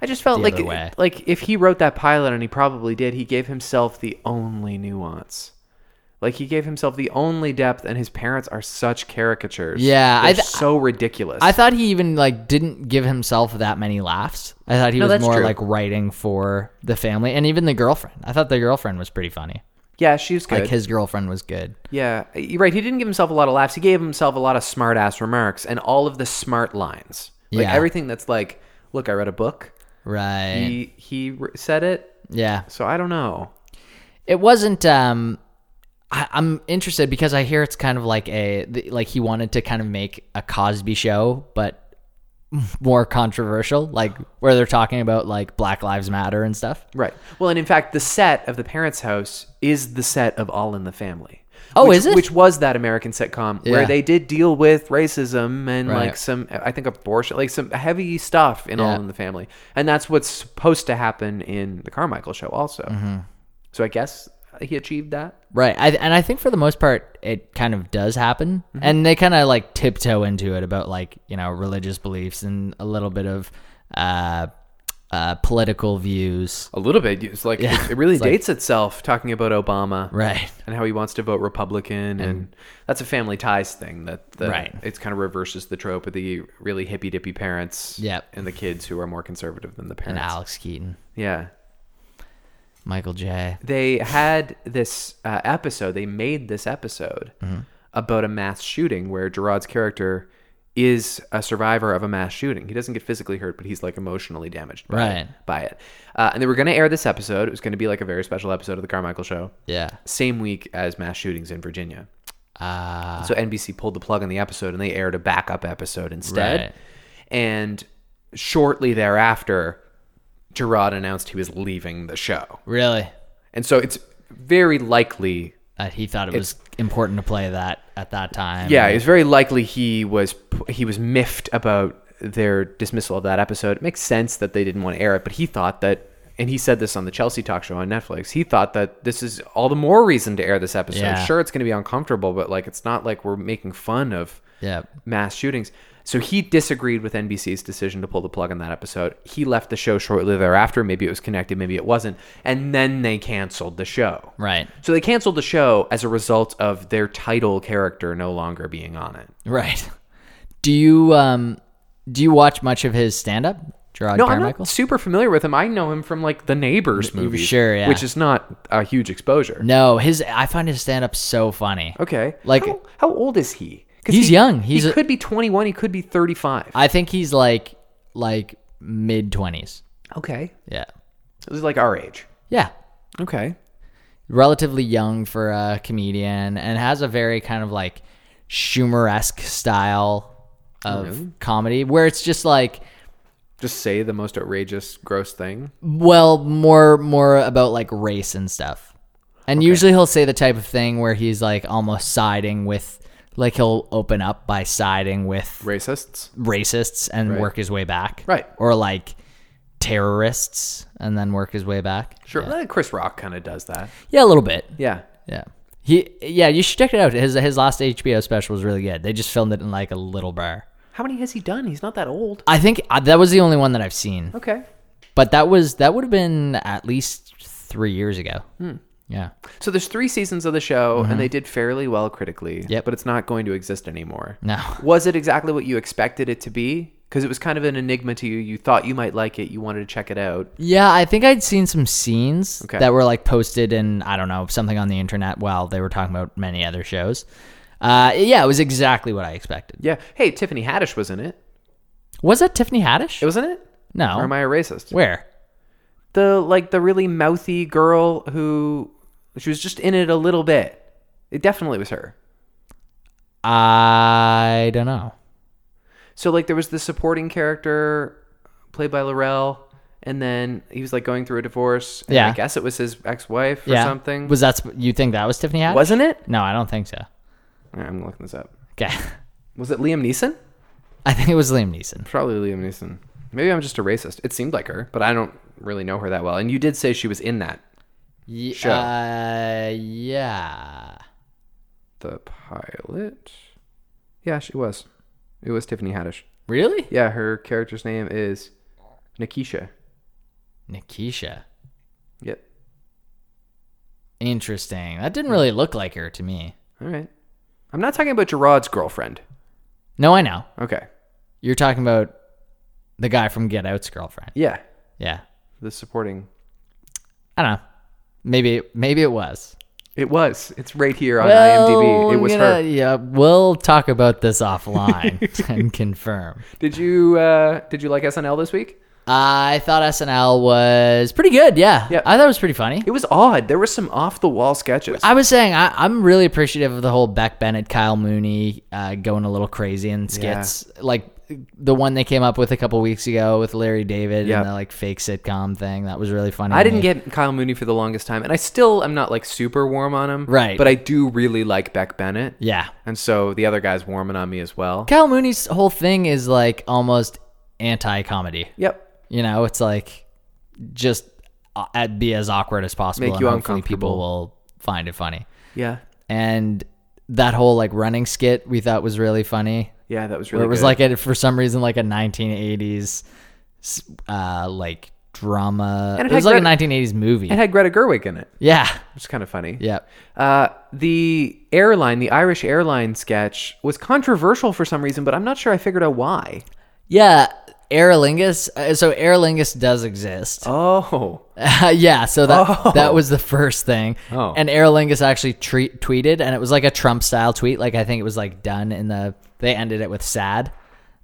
[SPEAKER 1] I just felt
[SPEAKER 2] The
[SPEAKER 1] like
[SPEAKER 2] other way.
[SPEAKER 1] like if he wrote that pilot and he probably did, he gave himself the only nuance. Like he gave himself the only depth, and his parents are such caricatures.
[SPEAKER 2] Yeah, I
[SPEAKER 1] they're
[SPEAKER 2] th-
[SPEAKER 1] so ridiculous.
[SPEAKER 2] I thought he even like didn't give himself that many laughs. I thought he was
[SPEAKER 1] that's
[SPEAKER 2] more
[SPEAKER 1] true.
[SPEAKER 2] like writing for the family and even the girlfriend. I thought the girlfriend was pretty funny.
[SPEAKER 1] yeah, she's good.
[SPEAKER 2] Like his girlfriend was good.
[SPEAKER 1] yeah, you're right. He didn't give himself a lot of laughs. He gave himself a lot of smart ass remarks and all of the smart lines. Like
[SPEAKER 2] Yeah.
[SPEAKER 1] everything that's like, look, I read a book.
[SPEAKER 2] Right.
[SPEAKER 1] He he re- said it.
[SPEAKER 2] yeah.
[SPEAKER 1] So I don't know.
[SPEAKER 2] it wasn't um I, i'm interested because i hear it's kind of like a the- like he wanted to kind of make a cosby show but more controversial like where they're talking about like black lives matter and stuff
[SPEAKER 1] Right. Well, and in fact, the set of the parents' house is the set of All in the Family.
[SPEAKER 2] Oh,
[SPEAKER 1] which,
[SPEAKER 2] is it?
[SPEAKER 1] Which was that American sitcom where
[SPEAKER 2] Yeah.
[SPEAKER 1] they did deal with racism and
[SPEAKER 2] Right.
[SPEAKER 1] like some, I think, abortion, like some heavy stuff in All
[SPEAKER 2] Yeah.
[SPEAKER 1] in the Family, and that's what's supposed to happen in the Carmichael Show, also. So I guess he achieved that.
[SPEAKER 2] right I, and i think for the most part it kind of does happen and they kind of like tiptoe into it about like you know religious beliefs and a little bit of uh uh political views
[SPEAKER 1] A little bit. It's like it, it really
[SPEAKER 2] It's like-
[SPEAKER 1] dates itself talking about Obama,
[SPEAKER 2] right
[SPEAKER 1] and how he wants to vote Republican, and, that's a family ties thing that the,
[SPEAKER 2] Right.
[SPEAKER 1] it's kind of reverses the trope of the really hippy dippy parents,
[SPEAKER 2] Yep.
[SPEAKER 1] and the kids who are more conservative than the
[SPEAKER 2] and
[SPEAKER 1] parents.
[SPEAKER 2] alex keaton
[SPEAKER 1] Yeah,
[SPEAKER 2] michael j
[SPEAKER 1] they had this uh, episode. They made this episode
[SPEAKER 2] Mm-hmm.
[SPEAKER 1] about a mass shooting where Gerard's character is a survivor of a mass shooting. He doesn't get physically hurt, but he's like emotionally damaged by it.
[SPEAKER 2] Right.
[SPEAKER 1] By it. Uh, and they were going to air this episode. It was going to be like a very special episode of the Carmichael Show.
[SPEAKER 2] yeah
[SPEAKER 1] Same week as mass shootings in Virginia.
[SPEAKER 2] uh
[SPEAKER 1] So NBC pulled the plug on the episode and they aired a backup episode instead.
[SPEAKER 2] Right.
[SPEAKER 1] And shortly thereafter, Gerard announced he was leaving the show.
[SPEAKER 2] really
[SPEAKER 1] And so it's very likely,
[SPEAKER 2] uh, he thought it was important to play that at that time.
[SPEAKER 1] yeah, it's very likely he was he was miffed about their dismissal of that episode. It makes sense that they didn't want to air it, but he thought that and he said this on the Chelsea talk show on Netflix. He thought that this is all the more reason to air this episode.
[SPEAKER 2] Yeah.
[SPEAKER 1] Sure, it's going to be uncomfortable, but like it's not like we're making fun of
[SPEAKER 2] yeah,
[SPEAKER 1] mass shootings. So he disagreed with NBC's decision to pull the plug on that episode. He left the show shortly thereafter. Maybe it was connected, maybe it wasn't. And then they canceled the show.
[SPEAKER 2] right,
[SPEAKER 1] So they canceled the show as a result of their title character no longer being on it.
[SPEAKER 2] right. Do you um do you watch much of his stand up, Gerard
[SPEAKER 1] No, I'm
[SPEAKER 2] Carmichael?
[SPEAKER 1] not super familiar with him. I know him from like the Neighbors movies,
[SPEAKER 2] sure, yeah.
[SPEAKER 1] which is not a huge exposure.
[SPEAKER 2] No, his I find his stand up so funny.
[SPEAKER 1] Okay,
[SPEAKER 2] Like-
[SPEAKER 1] how, how old is he? 'Cause
[SPEAKER 2] He's
[SPEAKER 1] he-
[SPEAKER 2] young. He's
[SPEAKER 1] he
[SPEAKER 2] a-
[SPEAKER 1] could be 21. He could be 35.
[SPEAKER 2] I think he's like like mid twenties.
[SPEAKER 1] okay,
[SPEAKER 2] Yeah,
[SPEAKER 1] this is like our age.
[SPEAKER 2] yeah,
[SPEAKER 1] Okay,
[SPEAKER 2] relatively young for a comedian and has a very kind of like Schumer esque style of comedy where it's just like
[SPEAKER 1] just say the most outrageous, gross thing.
[SPEAKER 2] Well, more more about like race and stuff. And usually he'll say the type of thing where he's like almost siding with like he'll open up by siding with
[SPEAKER 1] racists.
[SPEAKER 2] racists and work his way back.
[SPEAKER 1] Right.
[SPEAKER 2] Or like terrorists and then work his way back.
[SPEAKER 1] Sure, Eh, Chris Rock kind of does that.
[SPEAKER 2] Yeah, a little bit.
[SPEAKER 1] Yeah,
[SPEAKER 2] Yeah. He yeah, you should check it out. His his last HBO special was really good. They just filmed it in like a little bar.
[SPEAKER 1] How many has he done? He's not that old.
[SPEAKER 2] I think uh, that was the only one that I've seen.
[SPEAKER 1] Okay.
[SPEAKER 2] But that was that would have been at least three years ago. Yeah.
[SPEAKER 1] So there's three seasons of the show, and they did fairly well critically.
[SPEAKER 2] Mm-hmm. Yep.
[SPEAKER 1] But it's not going to exist anymore.
[SPEAKER 2] No.
[SPEAKER 1] Was it exactly what you expected it to be? Because it was kind of an enigma to you. You thought you might like it. You wanted to check it out.
[SPEAKER 2] Yeah, I think I'd seen some scenes
[SPEAKER 1] Okay.
[SPEAKER 2] that were like posted in I don't know something on the internet while they were talking about many other shows. Uh, yeah, it was exactly what I expected.
[SPEAKER 1] Yeah. Hey, Tiffany Haddish was in it,
[SPEAKER 2] Was that Tiffany Haddish?
[SPEAKER 1] wasn't it?
[SPEAKER 2] no.
[SPEAKER 1] Or am I a racist?
[SPEAKER 2] Where?
[SPEAKER 1] The like the really mouthy girl who she was just in it a little bit. It definitely was her.
[SPEAKER 2] I don't know.
[SPEAKER 1] So like there was the supporting character played by Laurel, and then he was like going through a divorce. And
[SPEAKER 2] Yeah.
[SPEAKER 1] I guess it was his ex-wife or
[SPEAKER 2] yeah.
[SPEAKER 1] something.
[SPEAKER 2] Was that sp- you think that was Tiffany Haddish?
[SPEAKER 1] Wasn't it?
[SPEAKER 2] No, I don't think so.
[SPEAKER 1] All right, I'm looking this up.
[SPEAKER 2] Okay.
[SPEAKER 1] Was it Liam Neeson?
[SPEAKER 2] I think it was Liam Neeson.
[SPEAKER 1] Probably Liam Neeson. Maybe I'm just a racist. It seemed like her, but I don't really know her that well. And you did say she was in that
[SPEAKER 2] Ye-
[SPEAKER 1] Sure.
[SPEAKER 2] uh, yeah.
[SPEAKER 1] the pilot. Yeah, she was. It was Tiffany Haddish.
[SPEAKER 2] Really?
[SPEAKER 1] Yeah, her character's name is Nikisha.
[SPEAKER 2] Nikisha.
[SPEAKER 1] Yep.
[SPEAKER 2] Interesting. That didn't really look like her to me.
[SPEAKER 1] All right. I'm not talking about Gerard's girlfriend.
[SPEAKER 2] No, I know.
[SPEAKER 1] Okay.
[SPEAKER 2] You're talking about the guy from Get Out's girlfriend.
[SPEAKER 1] Yeah.
[SPEAKER 2] Yeah.
[SPEAKER 1] The supporting.
[SPEAKER 2] I don't know. Maybe maybe it was.
[SPEAKER 1] It was. It's right here on IMDb. It was her.
[SPEAKER 2] Yeah, we'll talk about this offline and confirm. Uh,
[SPEAKER 1] Did you uh, did you like SNL this week?
[SPEAKER 2] I thought SNL was pretty good. Yeah.
[SPEAKER 1] Yeah.
[SPEAKER 2] I thought it was pretty funny.
[SPEAKER 1] It was odd. There were some off the wall sketches.
[SPEAKER 2] I was saying I, I'm really appreciative of the whole Beck Bennett, Kyle Mooney uh, going a little crazy in skits, like the one they came up with a couple weeks ago with Larry David
[SPEAKER 1] Yep.
[SPEAKER 2] and the like fake sitcom thing. That was really funny.
[SPEAKER 1] I
[SPEAKER 2] to
[SPEAKER 1] didn't
[SPEAKER 2] me.
[SPEAKER 1] get Kyle Mooney for the longest time, and I still am not like super warm on him.
[SPEAKER 2] Right.
[SPEAKER 1] But I do really like Beck Bennett.
[SPEAKER 2] Yeah,
[SPEAKER 1] And so the other guy's warming on me as well.
[SPEAKER 2] Kyle Mooney's whole thing is like almost anti-comedy.
[SPEAKER 1] Yep.
[SPEAKER 2] You know, it's like just uh, at- be as awkward as possible.
[SPEAKER 1] Make
[SPEAKER 2] and
[SPEAKER 1] you
[SPEAKER 2] hopefully People
[SPEAKER 1] uncomfortable.
[SPEAKER 2] will find it funny.
[SPEAKER 1] Yeah.
[SPEAKER 2] And that whole like running skit we thought was really funny.
[SPEAKER 1] Yeah, that was
[SPEAKER 2] Where
[SPEAKER 1] really
[SPEAKER 2] it was
[SPEAKER 1] good.
[SPEAKER 2] like a, for some reason like a 1980s s- uh like drama
[SPEAKER 1] And
[SPEAKER 2] it,
[SPEAKER 1] it
[SPEAKER 2] was
[SPEAKER 1] had
[SPEAKER 2] like
[SPEAKER 1] Greta-
[SPEAKER 2] a 1980s movie
[SPEAKER 1] It had Greta Gerwig in it,
[SPEAKER 2] yeah
[SPEAKER 1] which is kind of funny.
[SPEAKER 2] yeah
[SPEAKER 1] Uh, the airline, the Irish airline sketch was controversial for some reason, but I'm not sure I figured out why.
[SPEAKER 2] yeah Aer Lingus uh, so Aer Lingus does exist
[SPEAKER 1] Oh.
[SPEAKER 2] yeah so that
[SPEAKER 1] Oh.
[SPEAKER 2] that was the first thing
[SPEAKER 1] Oh.
[SPEAKER 2] and Aer Lingus actually treat, tweeted and it was like a Trump style tweet like I think it was like done in the they ended it with sad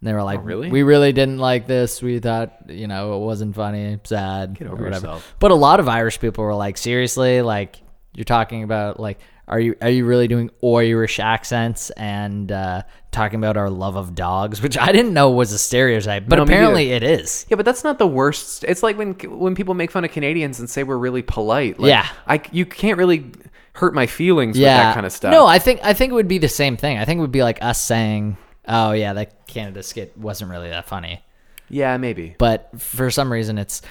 [SPEAKER 2] and they were like
[SPEAKER 1] Oh, really?
[SPEAKER 2] we really didn't like this we thought you know it wasn't funny sad
[SPEAKER 1] Get
[SPEAKER 2] or
[SPEAKER 1] over
[SPEAKER 2] whatever.
[SPEAKER 1] yourself.
[SPEAKER 2] But a lot of Irish people were like, seriously, like you're talking about like are you are you really doing Irish accents and uh, talking about our love of dogs, which I didn't know was a stereotype, but
[SPEAKER 1] No, me
[SPEAKER 2] apparently it is.
[SPEAKER 1] Yeah, but that's not the worst. It's like when when people make fun of Canadians and say we're really polite. Like,
[SPEAKER 2] Yeah.
[SPEAKER 1] I, you can't really hurt my feelings
[SPEAKER 2] Yeah,
[SPEAKER 1] with that kind of stuff.
[SPEAKER 2] No, I think I think it would be the same thing. I think it would be like us saying, "Oh yeah, that Canada skit wasn't really that funny."
[SPEAKER 1] yeah, maybe.
[SPEAKER 2] But for some reason, it's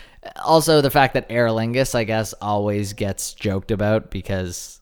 [SPEAKER 2] also the fact that Aer Lingus, I guess, always gets joked about because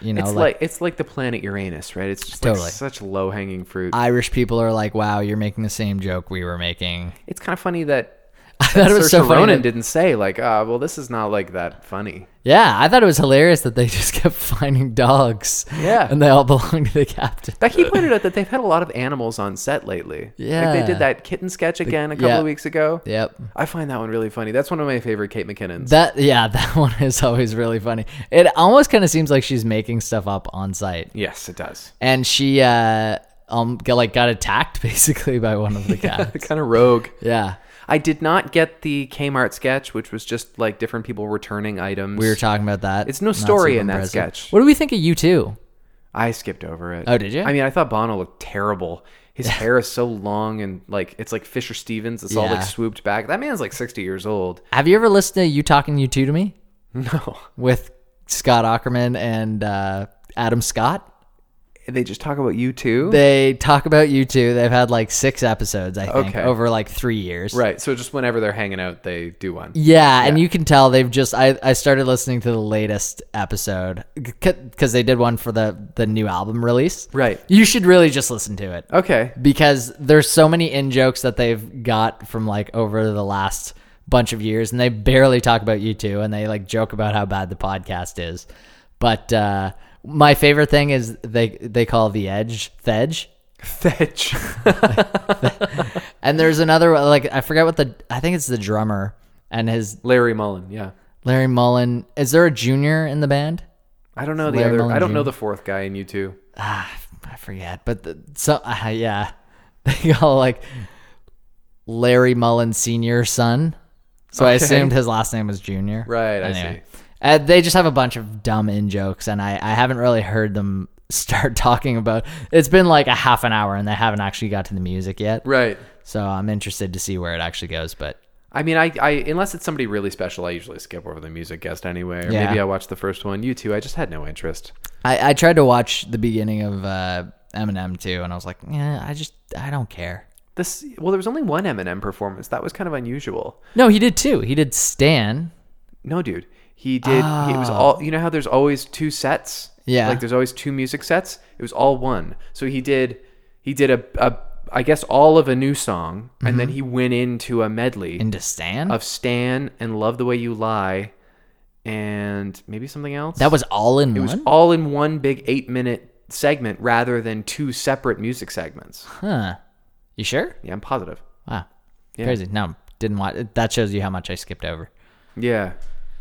[SPEAKER 2] you know,
[SPEAKER 1] It's
[SPEAKER 2] like
[SPEAKER 1] like, it's like the planet Uranus, right? It's just
[SPEAKER 2] Totally.
[SPEAKER 1] like such low hanging fruit.
[SPEAKER 2] Irish people are like, "Wow, you're making the same joke we were making."
[SPEAKER 1] it's kind of funny that,
[SPEAKER 2] I thought it was
[SPEAKER 1] Saoirse
[SPEAKER 2] so funny.
[SPEAKER 1] Ronan
[SPEAKER 2] that-
[SPEAKER 1] didn't say like, ah, well, this is not like that funny.
[SPEAKER 2] yeah, I thought it was hilarious that they just kept finding dogs.
[SPEAKER 1] Yeah.
[SPEAKER 2] and they all belong to the captain.
[SPEAKER 1] That he pointed out that they've had a lot of animals on set lately. like
[SPEAKER 2] Yeah.
[SPEAKER 1] they did that kitten sketch again a couple
[SPEAKER 2] yeah.
[SPEAKER 1] of weeks ago.
[SPEAKER 2] Yep.
[SPEAKER 1] I find that one really funny. That's one of my favorite Kate McKinnon's.
[SPEAKER 2] That yeah, that one is always really funny. It almost kind of seems like she's making stuff up on site,
[SPEAKER 1] yes, it does.
[SPEAKER 2] and she uh um got, like got attacked basically by one of the cats.
[SPEAKER 1] kind of rogue.
[SPEAKER 2] Yeah,
[SPEAKER 1] I did not get the Kmart sketch, which was just like different people returning items.
[SPEAKER 2] we were talking about that.
[SPEAKER 1] It's no
[SPEAKER 2] Not
[SPEAKER 1] story
[SPEAKER 2] super
[SPEAKER 1] in that
[SPEAKER 2] impressive.
[SPEAKER 1] sketch.
[SPEAKER 2] What do we think of you two?
[SPEAKER 1] I skipped over it.
[SPEAKER 2] Oh, did you?
[SPEAKER 1] I mean, I thought Bono looked terrible. His hair is so long and like it's like Fisher Stevens. It's all
[SPEAKER 2] Yeah.
[SPEAKER 1] like swooped back. That man's like sixty years old.
[SPEAKER 2] Have you ever listened to you talking you two to me?
[SPEAKER 1] No,
[SPEAKER 2] with Scott Ackerman and uh, Adam Scott.
[SPEAKER 1] they just talk about you too.
[SPEAKER 2] They talk about you two. They've had like six episodes, I think,
[SPEAKER 1] Okay.
[SPEAKER 2] over like three years.
[SPEAKER 1] right. So just whenever they're hanging out, they do one.
[SPEAKER 2] Yeah, and you can tell they've just. I, I started listening to the latest episode because they did one for the the new album release.
[SPEAKER 1] Right.
[SPEAKER 2] You should really just listen to it
[SPEAKER 1] Okay.
[SPEAKER 2] because there's so many in jokes that they've got from like over the last bunch of years, and they barely talk about you two, and they like joke about how bad the podcast is. But uh, my favorite thing is they they call the edge thedge.
[SPEAKER 1] Fetch.
[SPEAKER 2] And there's another like I forget what the I think it's the drummer and his
[SPEAKER 1] Larry Mullen. Yeah.
[SPEAKER 2] Larry Mullen. Is there a junior in the band?
[SPEAKER 1] I don't know the
[SPEAKER 2] Larry
[SPEAKER 1] other.
[SPEAKER 2] Mullen
[SPEAKER 1] I don't know
[SPEAKER 2] Jr.
[SPEAKER 1] the fourth guy in you two.
[SPEAKER 2] Ah, I forget. But the, so uh, yeah, they call like Larry Mullen senior son. So I
[SPEAKER 1] Okay.
[SPEAKER 2] assumed his last name was Junior.
[SPEAKER 1] Right, I see.
[SPEAKER 2] Uh, they just have a bunch of dumb in jokes, and I, I haven't really heard them start talking about. It's been like a half an hour, and they haven't actually got to the music yet.
[SPEAKER 1] Right.
[SPEAKER 2] So I'm interested to see where it actually goes. But
[SPEAKER 1] I mean, I, I unless it's somebody really special, I usually skip over the music guest anyway. Or
[SPEAKER 2] Yeah.
[SPEAKER 1] maybe I watch the first one. You two, I just had no interest.
[SPEAKER 2] I, I tried to watch the beginning of uh, Eminem too, and I was like, yeah, I just I don't care.
[SPEAKER 1] This well, there was only one Eminem performance. That was kind of unusual.
[SPEAKER 2] No, he did too. He did Stan.
[SPEAKER 1] No, dude, he did. He, it was all. You know how there's always two sets.
[SPEAKER 2] Oh. Yeah.
[SPEAKER 1] Like there's always two music sets. It was all one. So he did. He did a. a I guess all of a new song, and
[SPEAKER 2] Mm-hmm.
[SPEAKER 1] then he went into a medley
[SPEAKER 2] Into Stan?
[SPEAKER 1] of Stan and Love the Way You Lie, and maybe something else.
[SPEAKER 2] that was all in
[SPEAKER 1] It
[SPEAKER 2] one?
[SPEAKER 1] was all in one big eight minute segment rather than two separate music segments.
[SPEAKER 2] huh. You sure?
[SPEAKER 1] Yeah, I'm positive.
[SPEAKER 2] Wow. Crazy. No, didn't watch. That shows you how much I skipped over.
[SPEAKER 1] Yeah.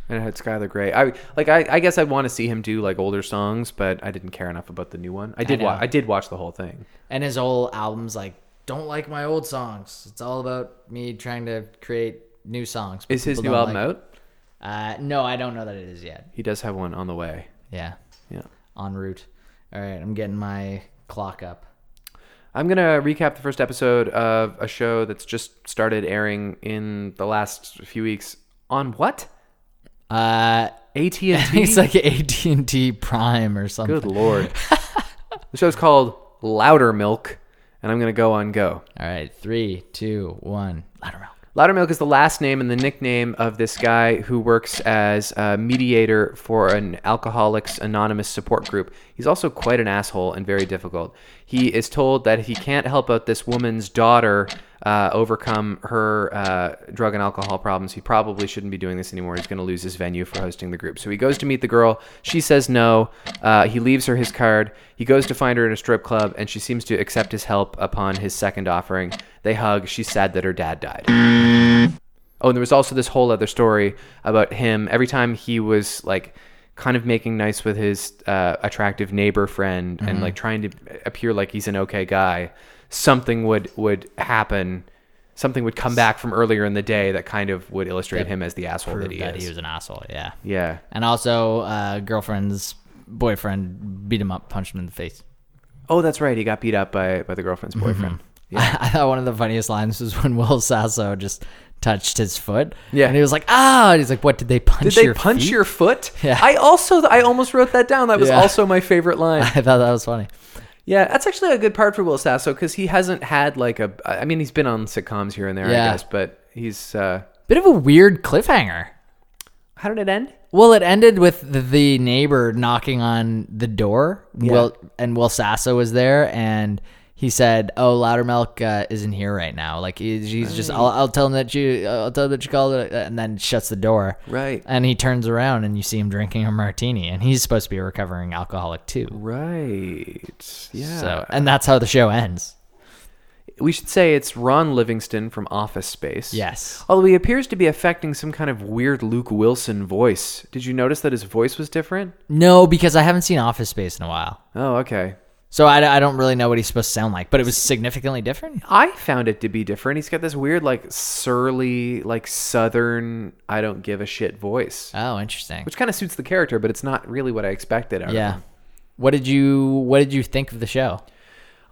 [SPEAKER 1] And it had Skylar Grey. I like I, I guess I'd want to see him do like older songs, but I didn't care enough about the new one. I did
[SPEAKER 2] know.
[SPEAKER 1] watch I did watch the whole thing.
[SPEAKER 2] And his whole album's like, don't like my old songs. It's all about me trying to create new songs. but
[SPEAKER 1] Is his
[SPEAKER 2] people
[SPEAKER 1] new album
[SPEAKER 2] don't like-
[SPEAKER 1] out?
[SPEAKER 2] Uh, no, I don't know that it is yet.
[SPEAKER 1] He does have one on the way.
[SPEAKER 2] Yeah.
[SPEAKER 1] Yeah.
[SPEAKER 2] En route. All right. I'm getting my clock up.
[SPEAKER 1] I'm going to recap the first episode of a show that's just started airing in the last few weeks on what?
[SPEAKER 2] Uh,
[SPEAKER 1] AT&T.
[SPEAKER 2] it's like AT&T Prime or something.
[SPEAKER 1] Good lord. the show's called Louder Milk, and I'm going to go on go.
[SPEAKER 2] All right. Three, two, one. I don't know.
[SPEAKER 1] Loudermilk is the last name and the nickname of this guy who works as a mediator for an Alcoholics Anonymous support group. He's also quite an asshole and very difficult. He is told that he can't help out this woman's daughter uh, overcome her uh, drug and alcohol problems, he probably shouldn't be doing this anymore. He's going to lose his venue for hosting the group. So he goes to meet the girl. She says no. Uh, he leaves her his card. He goes to find her in a strip club, and she seems to accept his help upon his second offering. They hug. She's sad that her dad died. Oh, and there was also this whole other story about him. Every time he was like kind of making nice with his uh, attractive neighbor friend and like trying to appear like he's an okay guy, something would would happen. Something would come back from earlier in the day that kind of would illustrate him as the asshole that
[SPEAKER 2] Proved
[SPEAKER 1] he
[SPEAKER 2] that
[SPEAKER 1] is.
[SPEAKER 2] he was an asshole. Yeah.
[SPEAKER 1] yeah.
[SPEAKER 2] And also, uh, girlfriend's boyfriend beat him up, punched him in the face.
[SPEAKER 1] Oh, that's right. He got beat up by by the girlfriend's boyfriend.
[SPEAKER 2] I, thought one of the funniest lines was when Will Sasso just touched his foot.
[SPEAKER 1] Yeah.
[SPEAKER 2] And he was like, ah, and he's like, what did they punch
[SPEAKER 1] Did they
[SPEAKER 2] your
[SPEAKER 1] punch
[SPEAKER 2] feet?"
[SPEAKER 1] your foot?
[SPEAKER 2] Yeah.
[SPEAKER 1] I also I almost wrote that down. That was
[SPEAKER 2] Yeah.
[SPEAKER 1] also my favorite line.
[SPEAKER 2] I thought that was funny.
[SPEAKER 1] Yeah, that's actually a good part for Will Sasso because he hasn't had like a. I mean, he's been on sitcoms here and there, I
[SPEAKER 2] Yeah.
[SPEAKER 1] guess, but he's. uh
[SPEAKER 2] Bit of a weird cliffhanger.
[SPEAKER 1] How did it end?
[SPEAKER 2] Well, it ended with the, the neighbor knocking on the door. Will and Will Sasso was there, and he said, "Oh, Loudermilk uh, isn't here right now. Like he- he's just. I'll, I'll tell him that you. I'll tell him that you called it, and then shuts the door.
[SPEAKER 1] Right.
[SPEAKER 2] And he turns around, and you see him drinking a martini, and he's supposed to be a recovering alcoholic too.
[SPEAKER 1] Right. Yeah.
[SPEAKER 2] So, and that's how the show ends.
[SPEAKER 1] We should say it's Ron Livingston from Office Space.
[SPEAKER 2] Yes.
[SPEAKER 1] Although he appears to be affecting some kind of weird Luke Wilson voice. Did you notice that his voice was different?
[SPEAKER 2] No, because I haven't seen Office Space in a while,
[SPEAKER 1] Oh, okay.
[SPEAKER 2] so I, I don't really know what he's supposed to sound like. But it was significantly different.
[SPEAKER 1] I found it to be different. He's got this weird, like, surly, like, southern, I don't give a shit voice,
[SPEAKER 2] Oh, interesting.
[SPEAKER 1] which kind of suits the character, but it's not really what I expected out of him.
[SPEAKER 2] Yeah. What did you What did you think of the show?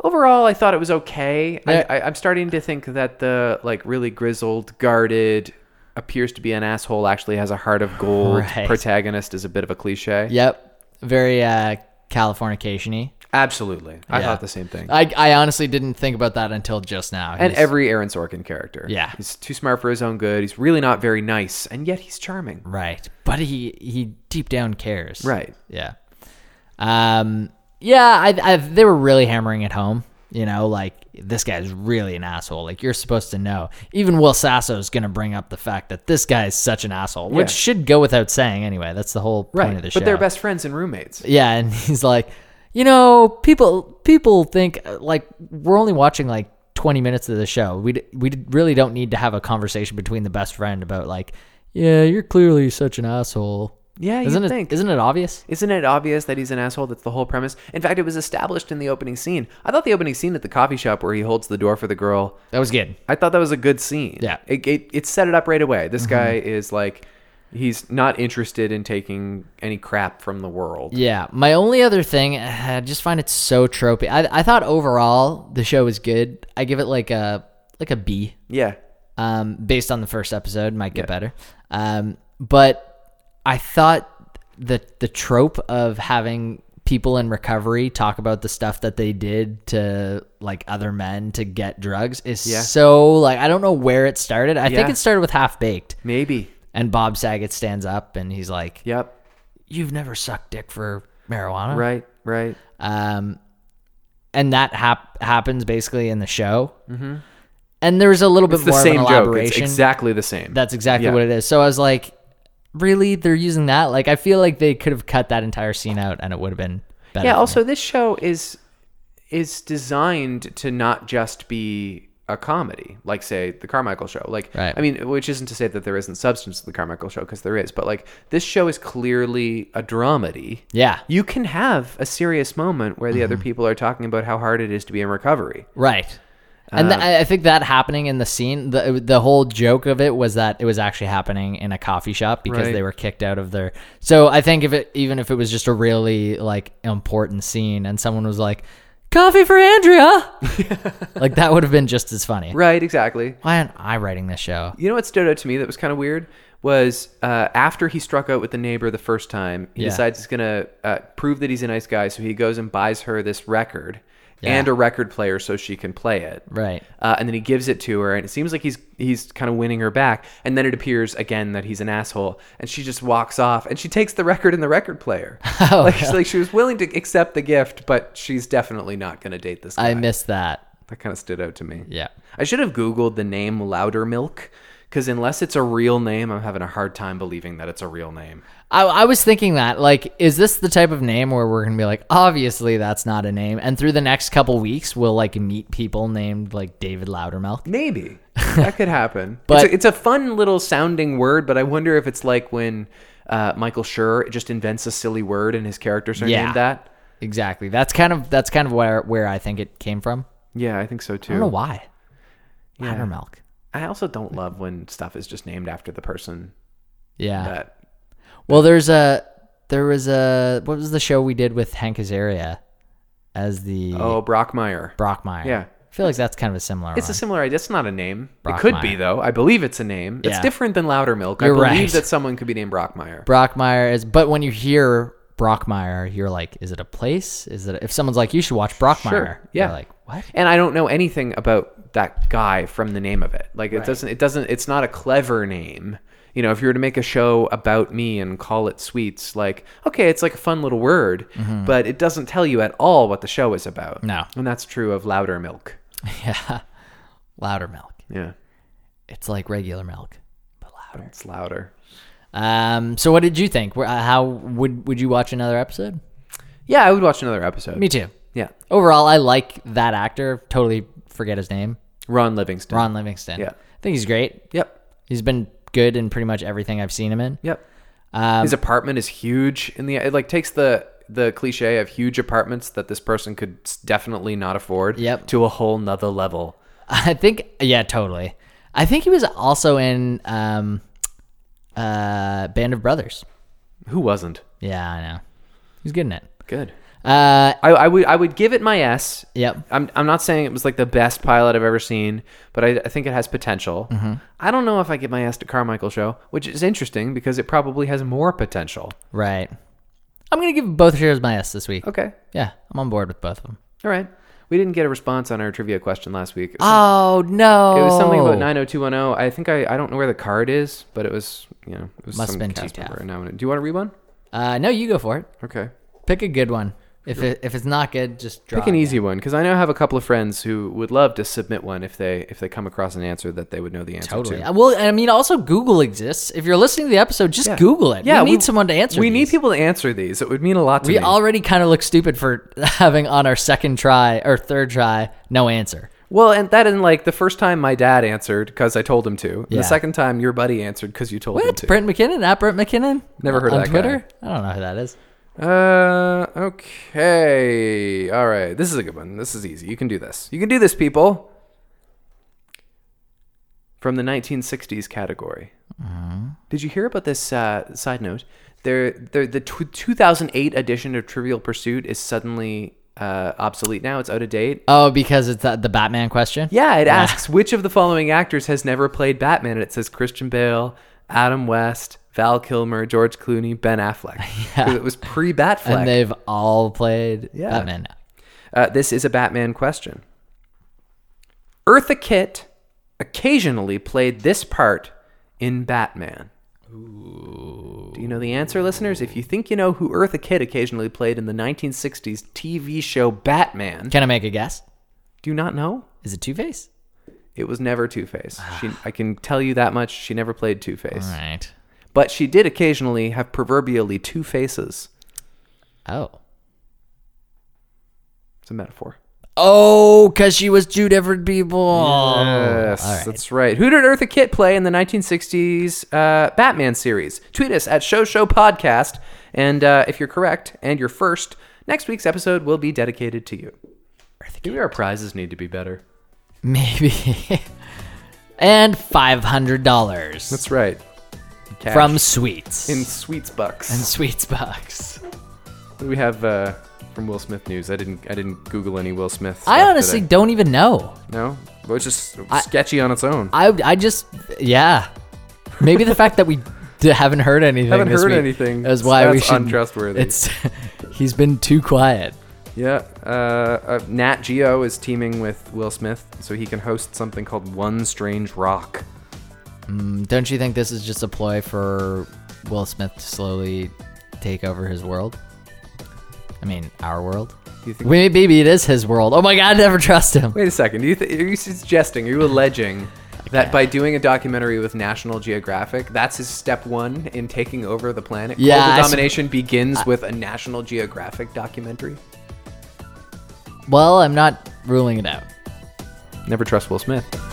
[SPEAKER 1] overall i thought it was okay
[SPEAKER 2] Yeah.
[SPEAKER 1] I, I, i'm starting to think that the like really grizzled guarded appears to be an asshole actually has a heart of gold
[SPEAKER 2] Right.
[SPEAKER 1] protagonist is a bit of a cliche
[SPEAKER 2] Yep. Very uh, Californication-y.
[SPEAKER 1] Absolutely. I
[SPEAKER 2] Yeah.
[SPEAKER 1] thought the same thing.
[SPEAKER 2] I, I honestly didn't think about that until just now.
[SPEAKER 1] and
[SPEAKER 2] He's-
[SPEAKER 1] every Aaron Sorkin character.
[SPEAKER 2] Yeah.
[SPEAKER 1] He's too smart for his own good. He's really not very nice, and yet he's charming.
[SPEAKER 2] Right. But he he deep down cares.
[SPEAKER 1] Right.
[SPEAKER 2] Yeah. Um yeah, I I they were really hammering it home, you know, like this guy's really an asshole. Like you're supposed to know. Even Will Sasso's going to bring up the fact that this guy is such an asshole, which
[SPEAKER 1] Yeah.
[SPEAKER 2] should go without saying anyway. That's the whole point of the
[SPEAKER 1] But
[SPEAKER 2] show.
[SPEAKER 1] they're best friends and roommates.
[SPEAKER 2] Yeah, and he's like, you know, people people think uh, like we're only watching like 20 minutes of the show. We d- we d- really don't need to have a conversation between the best friend about like, yeah, you're clearly such an asshole.
[SPEAKER 1] Yeah,
[SPEAKER 2] isn't
[SPEAKER 1] you'd
[SPEAKER 2] it?
[SPEAKER 1] think.
[SPEAKER 2] not it obvious?
[SPEAKER 1] Isn't it obvious that he's an asshole? That's the whole premise. In fact, it was established in the opening scene. I thought the opening scene at the coffee shop where he holds the door for the girl,
[SPEAKER 2] That was good.
[SPEAKER 1] I thought that was a good scene.
[SPEAKER 2] Yeah.
[SPEAKER 1] It, it, it set it up right away. This guy is like, he's not interested in taking any crap from the world.
[SPEAKER 2] Yeah. My only other thing, uh, I just find it so tropey. I I thought overall the show was good. I give it like a like a B.
[SPEAKER 1] Yeah.
[SPEAKER 2] um, based on the first episode. Might get better. Um, but I thought that the trope of having people in recovery talk about the stuff that they did to like other men to get drugs is
[SPEAKER 1] Yeah.
[SPEAKER 2] so like I don't know where it started. I think
[SPEAKER 1] Yeah.
[SPEAKER 2] it started with half baked.
[SPEAKER 1] Maybe.
[SPEAKER 2] And Bob Saget stands up and he's like,
[SPEAKER 1] Yep.
[SPEAKER 2] "You've never sucked dick for marijuana,
[SPEAKER 1] Right. Right.
[SPEAKER 2] um, and that hap- happens basically in the show. Mm-hmm. And there's a little
[SPEAKER 1] It's
[SPEAKER 2] bit
[SPEAKER 1] the
[SPEAKER 2] more
[SPEAKER 1] same
[SPEAKER 2] of an
[SPEAKER 1] joke. It's
[SPEAKER 2] elaboration.
[SPEAKER 1] exactly the same.
[SPEAKER 2] That's exactly
[SPEAKER 1] Yeah.
[SPEAKER 2] what it is. So I was like, really? They're using that? Like, I feel like they could have cut that entire scene out and it would have been better.
[SPEAKER 1] yeah
[SPEAKER 2] for me.
[SPEAKER 1] also this show is is designed to not just be a comedy like say the carmichael show like
[SPEAKER 2] Right.
[SPEAKER 1] i mean which isn't to say that there isn't substance to the carmichael show because there is but like this show is clearly a dramedy
[SPEAKER 2] Yeah.
[SPEAKER 1] you can have a serious moment where the other
[SPEAKER 2] Mm-hmm.
[SPEAKER 1] people are talking about how hard it is to be in recovery
[SPEAKER 2] Right.
[SPEAKER 1] Uh,
[SPEAKER 2] And th- I I think that happening in the scene, the the whole joke of it was that it was actually happening in a coffee shop because
[SPEAKER 1] Right.
[SPEAKER 2] they were kicked out of their. So I think if it even if it was just a really like important scene and someone was like, "Coffee for Andrea," like that would have been just as funny.
[SPEAKER 1] right exactly
[SPEAKER 2] Why aren't I writing this show?
[SPEAKER 1] You know what stood out to me that was kind of weird was uh, after he struck out with the neighbor the first time, he
[SPEAKER 2] Yeah.
[SPEAKER 1] decides he's gonna uh, prove that he's a nice guy, so he goes and buys her this record
[SPEAKER 2] Yeah.
[SPEAKER 1] and a record player so she can play it.
[SPEAKER 2] Right.
[SPEAKER 1] Uh, and then he gives it to her, and it seems like he's he's kind of winning her back. And then it appears again that he's an asshole, and she just walks off, and she takes the record and the record player. like, like she was willing to accept the gift, but she's definitely not going to date this guy.
[SPEAKER 2] I missed that.
[SPEAKER 1] that kind of stood out to me.
[SPEAKER 2] Yeah.
[SPEAKER 1] I should have Googled the name Loudermilk because unless it's a real name, I'm having a hard time believing that it's a real name.
[SPEAKER 2] I, I was thinking that, like, is this the type of name where we're gonna be like, obviously that's not a name, and through the next couple weeks we'll like meet people named like David Loudermilk.
[SPEAKER 1] Maybe that could happen. it's
[SPEAKER 2] But-
[SPEAKER 1] a, it's a fun little sounding word, but I wonder if it's like when uh, Michael Schur just invents a silly word and his characters are
[SPEAKER 2] Yeah.
[SPEAKER 1] named that.
[SPEAKER 2] Exactly. That's kind of that's kind of where where I think it came from.
[SPEAKER 1] Yeah, I think so too.
[SPEAKER 2] I don't know why. Loudermilk.
[SPEAKER 1] I also don't love when stuff is just named after the person
[SPEAKER 2] Yeah.
[SPEAKER 1] that.
[SPEAKER 2] Well, there's a there was a what was the show we did with Hank Azaria as the
[SPEAKER 1] Oh, Brockmeyer.
[SPEAKER 2] Brockmeyer.
[SPEAKER 1] Yeah.
[SPEAKER 2] I feel like that's kind of a similar.
[SPEAKER 1] It's a
[SPEAKER 2] one.
[SPEAKER 1] similar idea. It's not a name. It could be
[SPEAKER 2] Brockmire.
[SPEAKER 1] though. I believe it's a name. It's
[SPEAKER 2] Yeah.
[SPEAKER 1] different than Loudermilk.
[SPEAKER 2] You're
[SPEAKER 1] I believe
[SPEAKER 2] right.
[SPEAKER 1] that someone could be named Brockmeyer.
[SPEAKER 2] Brockmeyer is, but when you hear Brockmeyer, you're like, is it a place? Is it if someone's like, you should watch Brockmeyer?
[SPEAKER 1] Sure, yeah.
[SPEAKER 2] You're like what?
[SPEAKER 1] and I don't know anything about that guy from the name of it. Like it doesn't it doesn't it's not a clever name. You know, if you were to make a show about me and call it Sweets, like okay, it's like a fun little word, but it doesn't tell you at all what the show is about.
[SPEAKER 2] Mm-hmm. No.
[SPEAKER 1] and that's true of Louder Milk.
[SPEAKER 2] Yeah, louder milk.
[SPEAKER 1] Yeah,
[SPEAKER 2] It's like regular milk, but louder.
[SPEAKER 1] it's louder.
[SPEAKER 2] Um. So, what did you think? Wh- uh, How would would you watch another episode?
[SPEAKER 1] Yeah, I would watch another episode.
[SPEAKER 2] Me too.
[SPEAKER 1] Yeah,
[SPEAKER 2] Overall, I like that actor. Totally forget his name.
[SPEAKER 1] Ron Livingston.
[SPEAKER 2] Ron Livingston.
[SPEAKER 1] Yeah.
[SPEAKER 2] I think he's great.
[SPEAKER 1] Yep.
[SPEAKER 2] He's been good in pretty much everything I've seen him in.
[SPEAKER 1] Yep.
[SPEAKER 2] Um,
[SPEAKER 1] His apartment is huge. In the it like takes the the cliche of huge apartments that this person could s- definitely not afford.
[SPEAKER 2] Yep.
[SPEAKER 1] To a whole nother level.
[SPEAKER 2] I think yeah, totally. I think he was also in um uh Band of Brothers.
[SPEAKER 1] Who wasn't?
[SPEAKER 2] Yeah, I know. He's good in it.
[SPEAKER 1] Good.
[SPEAKER 2] Uh
[SPEAKER 1] I, I would I would give it my S.
[SPEAKER 2] Yep.
[SPEAKER 1] I'm I'm not saying it was like the best pilot I've ever seen, but I, I think it has potential.
[SPEAKER 2] Mm-hmm.
[SPEAKER 1] I don't know if I give my S to Carmichael Show, which is interesting because it probably has more potential.
[SPEAKER 2] right. I'm gonna give both shows my S this week.
[SPEAKER 1] Okay.
[SPEAKER 2] Yeah, I'm on board with both of them.
[SPEAKER 1] All right. We didn't get a response on our trivia question last week. It was,
[SPEAKER 2] Oh no!
[SPEAKER 1] it was something
[SPEAKER 2] Oh.
[SPEAKER 1] about 90210. I think I, I don't know where the card is, but it was, you know, it was
[SPEAKER 2] Must've
[SPEAKER 1] some
[SPEAKER 2] been too
[SPEAKER 1] cast member.
[SPEAKER 2] tough.
[SPEAKER 1] And now- Do you want to read one?
[SPEAKER 2] Uh, no, you go for it.
[SPEAKER 1] Okay.
[SPEAKER 2] Pick a good one. If it, if it's not good, just draw
[SPEAKER 1] Pick an
[SPEAKER 2] it.
[SPEAKER 1] easy one because I know I have a couple of friends who would love to submit one if they if they come across an answer that they would know the answer
[SPEAKER 2] Totally.
[SPEAKER 1] to.
[SPEAKER 2] Uh, Well, I mean, also Google exists. If you're listening to the episode, just Google it. we need someone to answer.
[SPEAKER 1] We need
[SPEAKER 2] these.
[SPEAKER 1] people to answer these. It would mean a lot to
[SPEAKER 2] We
[SPEAKER 1] me.
[SPEAKER 2] already kind of look stupid for having on our second try or third try no answer.
[SPEAKER 1] well, and that and like the first time my dad answered because I told him to. and
[SPEAKER 2] Yeah.
[SPEAKER 1] The second time your buddy answered because you told him
[SPEAKER 2] What?
[SPEAKER 1] to.
[SPEAKER 2] Brent McKinnon at Brent McKinnon.
[SPEAKER 1] Never heard of
[SPEAKER 2] on
[SPEAKER 1] that guy.
[SPEAKER 2] Twitter. I don't know who that is.
[SPEAKER 1] Uh, okay. All right. This is a good one. This is easy. You can do this. You can do this, people. From the 1960s category.
[SPEAKER 2] Mm-hmm.
[SPEAKER 1] Did you hear about this uh, side note? There, there, the tw 2008 edition of Trivial Pursuit is suddenly uh, obsolete now. It's out of date.
[SPEAKER 2] Oh, because it's that, the Batman question.
[SPEAKER 1] Yeah, it asks which of the following actors has never played Batman, and it says Christian Bale, Adam West, Val Kilmer, George Clooney, Ben Affleck. 'Cause It was pre-Batfleck.
[SPEAKER 2] And they've all played
[SPEAKER 1] Yeah.
[SPEAKER 2] Batman.
[SPEAKER 1] Uh, this is a Batman question. Eartha Kitt occasionally played this part in Batman. Do you know the answer, listeners? If you think you know who Eartha Kitt occasionally played in the 1960s TV show Batman,
[SPEAKER 2] Can I make a guess?
[SPEAKER 1] do you not know?
[SPEAKER 2] Is it Two Face?
[SPEAKER 1] It was never Two Face. She, I can tell you that much. She never played Two Face,
[SPEAKER 2] All right.
[SPEAKER 1] but she did occasionally have proverbially two faces.
[SPEAKER 2] Oh.
[SPEAKER 1] It's a metaphor.
[SPEAKER 2] Oh, because she was two different people.
[SPEAKER 1] Yes, that's Oh, right. Who did Eartha Kitt play in the 1960s uh, Batman series? Tweet us at Show Show Podcast, and uh, if you're correct and you're first, next week's episode will be dedicated to you. Maybe our prizes need to be better.
[SPEAKER 2] Maybe. and five hundred dollars
[SPEAKER 1] That's right. Cash.
[SPEAKER 2] from Sweets
[SPEAKER 1] in Sweets Bucks.
[SPEAKER 2] and Sweets Box.
[SPEAKER 1] What do we have uh, from Will Smith news? I didn't. I didn't Google any Will Smith. Stuff
[SPEAKER 2] I honestly
[SPEAKER 1] today.
[SPEAKER 2] don't even know.
[SPEAKER 1] no. Well, it's just sketchy on its own.
[SPEAKER 2] I I just yeah. Maybe the fact that we d- haven't heard anything.
[SPEAKER 1] Haven't
[SPEAKER 2] this
[SPEAKER 1] heard
[SPEAKER 2] week
[SPEAKER 1] anything.
[SPEAKER 2] Is why we
[SPEAKER 1] That's
[SPEAKER 2] should.
[SPEAKER 1] untrustworthy.
[SPEAKER 2] It's he's been too quiet.
[SPEAKER 1] Yeah, uh, uh, Nat Geo is teaming with Will Smith, so he can host something called One Strange Rock.
[SPEAKER 2] Don't you think this is just a ploy for Will Smith to slowly take over his world? I mean, our world.
[SPEAKER 1] Do you think?
[SPEAKER 2] Wait, maybe it is his world. Oh my god, never trust him.
[SPEAKER 1] Wait a second. Do you th- are you suggesting? Are you alleging that by doing a documentary with National Geographic, that's his step one in taking over the planet?
[SPEAKER 2] Yeah, I
[SPEAKER 1] Global
[SPEAKER 2] sup-
[SPEAKER 1] domination begins with a National Geographic documentary.
[SPEAKER 2] Well, I'm not ruling it out.
[SPEAKER 1] Never trust Will Smith.